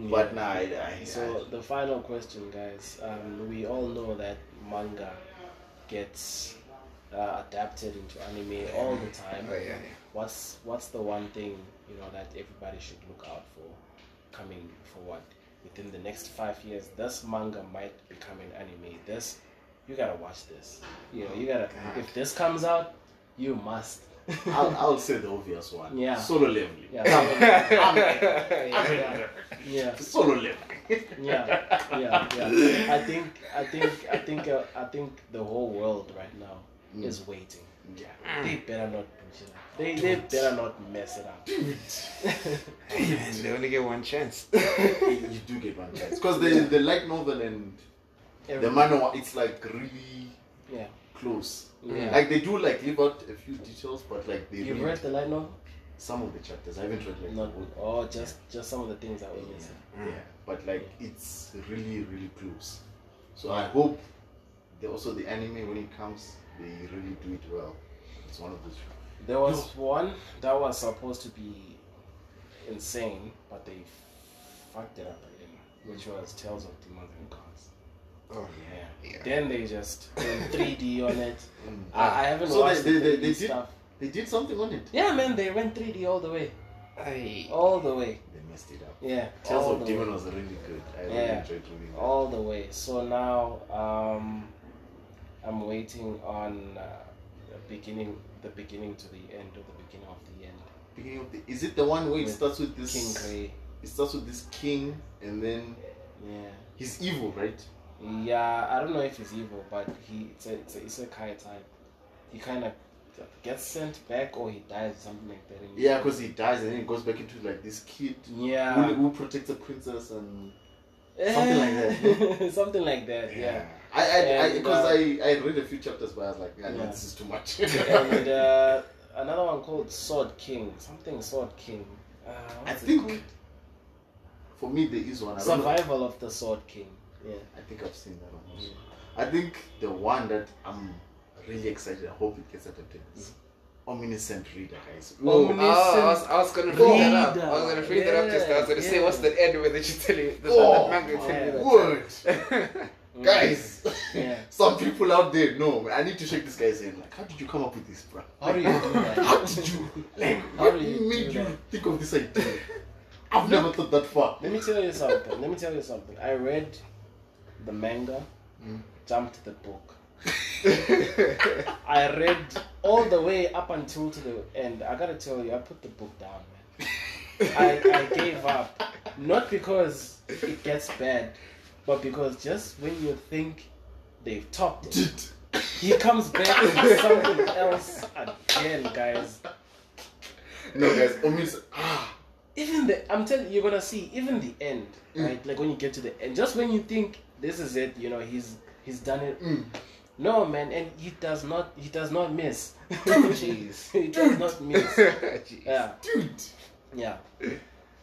Speaker 2: But nah, I, I,
Speaker 3: So the final question, guys. Um, we all know that manga gets uh, adapted into anime all the time.
Speaker 1: Oh, yeah, yeah.
Speaker 3: What's What's the one thing you know that everybody should look out for coming forward within the next five years? This manga might become an anime. This you gotta watch this. You know, you gotta.
Speaker 1: God.
Speaker 3: If this comes out, you must.
Speaker 2: I, I'll, I'll say the obvious one.
Speaker 3: Yeah.
Speaker 2: Solo leveling.
Speaker 3: Yeah.
Speaker 1: Yeah.
Speaker 3: yeah.
Speaker 2: Solo leveling.
Speaker 3: yeah, yeah, yeah. I think, I think, I think, uh, I think the whole world right now
Speaker 2: Mm.
Speaker 3: is waiting.
Speaker 2: yeah.
Speaker 3: They better not push it up. They, they better not mess it up.
Speaker 1: Hey, man, they only get one chance.
Speaker 2: You do get one chance because the the light novel and the
Speaker 3: Every-
Speaker 2: manual it's like really
Speaker 3: yeah,
Speaker 2: close.
Speaker 3: yeah.
Speaker 2: Like they do like leave out a few details, but like they
Speaker 3: You've
Speaker 2: read
Speaker 3: read the light novel?
Speaker 2: some of the chapters. I haven't read like the
Speaker 3: Not Mm.
Speaker 2: whole
Speaker 3: oh, just just some of the things that were missing.
Speaker 2: Mm. Yeah, but like it's really really close. So I hope the, also the anime when it comes, they really do it well. It's one of those.
Speaker 3: There was one that was supposed to be insane, but they fucked it up again, which
Speaker 2: Mm.
Speaker 3: was Tales of Demons and Gods.
Speaker 1: Oh,
Speaker 3: Yeah.
Speaker 1: Yeah.
Speaker 3: Then they just went 3D on it.
Speaker 2: Mm.
Speaker 3: I, I haven't
Speaker 2: So they-
Speaker 3: watched
Speaker 2: they-
Speaker 3: the
Speaker 2: they-
Speaker 3: 3D
Speaker 2: they did-
Speaker 3: stuff.
Speaker 2: They did something on it.
Speaker 3: Yeah, man, they went 3D all the way.
Speaker 1: I,
Speaker 3: All the way.
Speaker 2: They messed it up.
Speaker 3: Yeah.
Speaker 2: Tales
Speaker 3: all
Speaker 2: of
Speaker 3: the
Speaker 2: Demon
Speaker 3: way.
Speaker 2: was really good. I really
Speaker 3: Yeah.
Speaker 2: enjoyed reading that.
Speaker 3: All the way. So now um, I'm waiting on uh, the beginning, the beginning to the end, or the beginning of the end.
Speaker 2: Beginning of the, is it the one where it
Speaker 3: With
Speaker 2: starts with this?
Speaker 3: King Gray.
Speaker 2: It starts with this king, and then
Speaker 3: Yeah.
Speaker 2: he's evil, right?
Speaker 3: Yeah, I don't know if he's evil, but he it's a it's a, it's a Kai type. He kind of gets sent back or he dies, something like that. and-
Speaker 2: Yeah, because he dies and then he goes back into like this kid who,
Speaker 3: yeah,
Speaker 2: who protects the princess and something like
Speaker 3: that. something like that. Yeah.
Speaker 2: I I
Speaker 3: And,
Speaker 2: because
Speaker 3: uh,
Speaker 2: I, I read a few chapters but I was like, yeah,
Speaker 3: Yeah.
Speaker 2: this is too much.
Speaker 3: and uh, another one called Sword King, something Sword King. Uh,
Speaker 2: I
Speaker 3: what's it
Speaker 2: think
Speaker 3: called?
Speaker 2: For me, there is one. I don't know.
Speaker 3: Survival of the Sword King. Yeah.
Speaker 2: I think I've seen that one. also.
Speaker 3: Yeah.
Speaker 2: I think the one that I'm really excited. I hope it gets adapted. Is Omniscient Reader, guys.
Speaker 3: Oh,
Speaker 2: Ooh.
Speaker 3: Omniscient
Speaker 1: Oh, I was, I was gonna free that up. I was
Speaker 3: Reader.
Speaker 1: gonna free that up just now. I was gonna say,
Speaker 3: Yeah,
Speaker 1: what's
Speaker 3: yeah.
Speaker 1: that end with that you tell you? That, that
Speaker 2: Oh,
Speaker 1: manga tell
Speaker 3: yeah.
Speaker 1: you that.
Speaker 2: word.
Speaker 3: Mm.
Speaker 2: guys.
Speaker 3: Yeah.
Speaker 2: Some people out there know. I need to shake this guy's hand. Like, how did you come up with this, bro?
Speaker 3: How do you do that?
Speaker 2: How did you? Like,
Speaker 3: How
Speaker 2: what
Speaker 3: do you
Speaker 2: made
Speaker 3: do
Speaker 2: you
Speaker 3: that?
Speaker 2: think of this idea? I've never thought that far.
Speaker 3: Let me tell you something. Let me tell you something. I read the manga,
Speaker 2: Mm.
Speaker 3: jumped the book. I read all the way up until to the end. I gotta tell you, I put the book down, man. I, I gave up. Not because it gets bad, but because just when you think they've topped it,
Speaker 2: Did-
Speaker 3: he comes back with something else again, guys.
Speaker 2: No, guys. Omnis. Ah,
Speaker 3: Even the I'm telling you, you're gonna see even the end,
Speaker 2: Mm.
Speaker 3: right? Like when you get to the end, just when you think this is it, you know, he's he's done it.
Speaker 2: mm.
Speaker 3: No, man, and he does not he does not miss.
Speaker 1: Jeez.
Speaker 3: he does not miss.
Speaker 1: Jeez.
Speaker 3: Yeah,
Speaker 2: dude.
Speaker 3: yeah.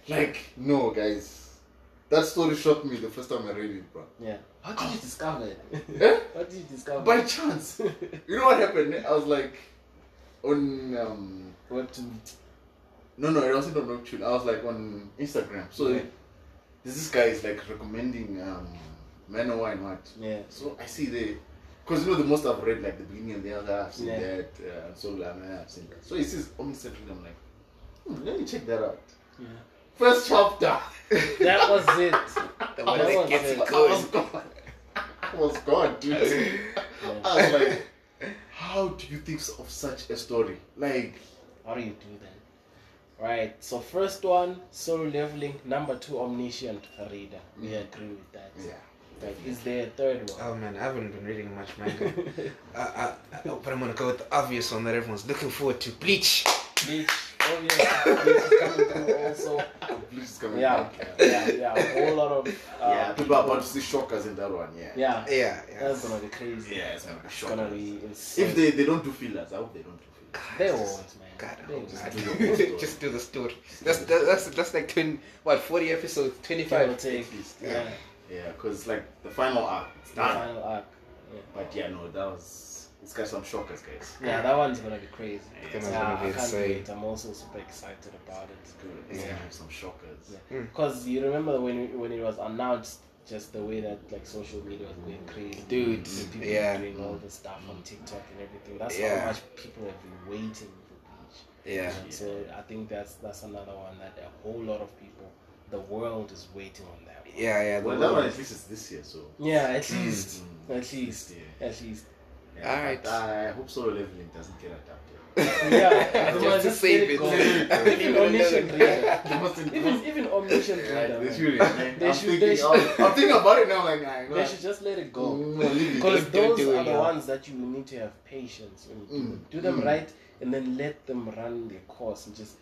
Speaker 2: Like, no, guys. That story shocked me the first time I read it, bro.
Speaker 3: Yeah. How did you discover it?
Speaker 2: Eh?
Speaker 3: How did you discover
Speaker 2: By
Speaker 3: it?
Speaker 2: chance. You know what happened? I was like, on um,
Speaker 3: what to
Speaker 2: no, no, it wasn't on Webtoon. I was like on Instagram. So
Speaker 3: Yeah.
Speaker 2: there's this guy is like recommending um, Manoa and what.
Speaker 3: Yeah.
Speaker 2: So I see the, because you know the most I've read like the beginning and the other. I've seen
Speaker 3: Yeah.
Speaker 2: that. Uh, so Lama, I've seen that. So he sees Omniscient Reader, I'm like, hmm, let me check that out.
Speaker 3: Yeah.
Speaker 2: First chapter.
Speaker 3: That was it.
Speaker 1: The one
Speaker 3: one that
Speaker 1: that
Speaker 3: gets
Speaker 1: gets
Speaker 3: it
Speaker 1: it
Speaker 2: I was
Speaker 1: going.
Speaker 2: gone. I was gone, dude.
Speaker 3: Yeah.
Speaker 2: I was like, how do you think of such a story? Like,
Speaker 3: How do you do that? Right. So first one, solo leveling. Number two, omniscient reader. We
Speaker 2: Mm.
Speaker 3: agree with that.
Speaker 2: yeah.
Speaker 3: Right. Is there a third one?
Speaker 1: Oh man, I haven't been reading much manga. I, I, I, but I'm gonna go with the obvious one that everyone's looking forward to: Bleach.
Speaker 3: Bleach. Oh yeah. Bleach is coming through also.
Speaker 2: Bleach is coming
Speaker 3: Yeah.
Speaker 2: back. Yeah.
Speaker 3: Yeah. Yeah. A whole lot of. Uh,
Speaker 2: Yeah, people are about to see shockers in that one, yeah.
Speaker 3: Yeah.
Speaker 1: Yeah, yeah.
Speaker 3: That's gonna be crazy.
Speaker 2: Yeah, it's gonna be
Speaker 3: It's gonna
Speaker 2: shockers.
Speaker 3: be insane.
Speaker 2: If they, they don't do fillers, I hope they don't do fillers.
Speaker 3: They won't, man.
Speaker 1: God, I
Speaker 3: They
Speaker 1: hope
Speaker 3: won't.
Speaker 1: not.
Speaker 2: Just do the story.
Speaker 1: Just do the story. That's that, that's that's like twenty, what forty episodes, twenty
Speaker 3: Give or
Speaker 1: five.
Speaker 3: take.
Speaker 2: At least,
Speaker 3: Yeah.
Speaker 2: Yeah, because like the final arc, it's
Speaker 3: The
Speaker 2: done.
Speaker 3: final arc. Yeah.
Speaker 2: But yeah, no, that was. It's got some shockers, guys.
Speaker 3: Yeah, that one's gonna be crazy.
Speaker 2: Yeah,
Speaker 1: Come
Speaker 2: it's
Speaker 1: on.
Speaker 3: Yeah,
Speaker 1: gonna be
Speaker 3: I can't
Speaker 1: insane.
Speaker 3: wait. I'm also super excited about it
Speaker 2: good. It's
Speaker 1: Yeah.
Speaker 2: gonna have some shockers.
Speaker 3: Yeah. because you remember when it- when it was announced, just the way that like social media was going crazy,
Speaker 1: Dude,
Speaker 3: and people
Speaker 1: yeah.
Speaker 3: doing all this stuff on TikTok and everything. That's
Speaker 1: Yeah.
Speaker 3: how much people have been waiting for Bleach.
Speaker 1: Yeah,
Speaker 3: And So I think that's that's another one that a whole lot of people, the world is waiting on that. One.
Speaker 1: yeah, yeah. the
Speaker 2: Well, that
Speaker 1: one-
Speaker 2: one at least is this year, so.
Speaker 3: Yeah, at least,
Speaker 2: Mm.
Speaker 3: at least,
Speaker 2: Yeah.
Speaker 3: at least.
Speaker 2: Yeah,
Speaker 1: Alright.
Speaker 2: but I hope solo leveling doesn't get adapted.
Speaker 3: Yeah,
Speaker 1: Just
Speaker 3: otherwise
Speaker 1: to
Speaker 3: just
Speaker 1: save
Speaker 3: let it
Speaker 1: it.
Speaker 3: go.
Speaker 1: Leave it
Speaker 3: Even omniscient
Speaker 1: alone.
Speaker 3: reader.
Speaker 2: the most
Speaker 3: Even
Speaker 2: important.
Speaker 3: even omniscient reader.
Speaker 2: They
Speaker 3: man.
Speaker 2: should, man.
Speaker 3: They
Speaker 2: I'm
Speaker 3: should-
Speaker 2: thinking,
Speaker 3: they should-
Speaker 2: I'm, I'm thinking about it now, like, I Mm,
Speaker 3: They should just let it go.
Speaker 1: Don't
Speaker 3: Because
Speaker 1: do
Speaker 3: those
Speaker 1: it,
Speaker 3: are the
Speaker 1: yeah.
Speaker 3: ones that you need to have patience. when you do
Speaker 2: Mm,
Speaker 3: them. Do them
Speaker 2: mm.
Speaker 3: right and then let them run their course and just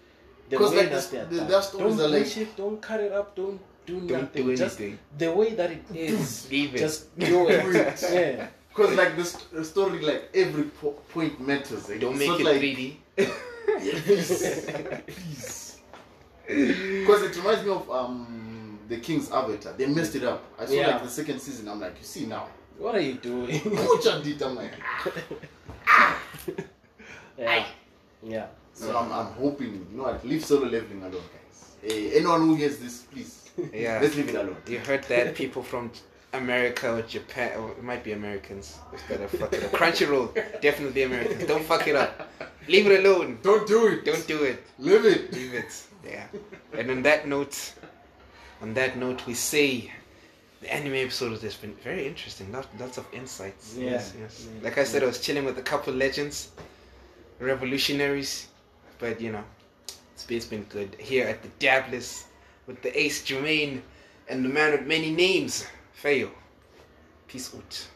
Speaker 3: the
Speaker 2: 'Cause
Speaker 3: way
Speaker 2: like
Speaker 3: that
Speaker 2: this-
Speaker 3: they're
Speaker 2: the-
Speaker 3: done.
Speaker 2: their stories
Speaker 3: don't
Speaker 2: are like-
Speaker 3: bullshit, don't cut it up, don't do
Speaker 1: Don't
Speaker 3: nothing.
Speaker 1: do
Speaker 3: Just
Speaker 1: anything.
Speaker 3: the way that it is.
Speaker 1: Leave it.
Speaker 3: Just do
Speaker 2: Do
Speaker 3: it.
Speaker 2: it.
Speaker 3: yeah.
Speaker 2: Because like the st- story, like every po- point matters. Like,
Speaker 1: Don't
Speaker 2: it's
Speaker 1: make
Speaker 2: not
Speaker 1: it
Speaker 2: like,
Speaker 1: 3D.
Speaker 2: Yeah, please, please. Because it reminds me of um the King's Avatar. They messed it up. I saw
Speaker 3: Yeah.
Speaker 2: like the second season. I'm like, you see now,
Speaker 3: What are you doing?
Speaker 2: butchered it. I'm like, ah.
Speaker 3: yeah. yeah.
Speaker 2: so I'm, I'm hoping you know what, leave solo leveling alone, guys. Eh, anyone who hears this, please,
Speaker 1: Yeah.
Speaker 2: let's leave it alone.
Speaker 1: You heard that people from America or Japan, or it might be Americans that have fucked it up. Crunchyroll, definitely Americans. Don't fuck it up. Leave it alone.
Speaker 2: Don't do it.
Speaker 1: Don't do it.
Speaker 2: leave it.
Speaker 1: Leave it. Yeah. And on that note, on that note, we say the anime episode of this has been very interesting. Lot, lots of insights.
Speaker 3: Yeah.
Speaker 1: Yes, yes.
Speaker 3: Yeah.
Speaker 1: Like I said, I was chilling with a couple legends, revolutionaries, but you know, it's been, it's been good here at the Dabless with the Ace Jermaine and the man of many names, Feo. Peace out.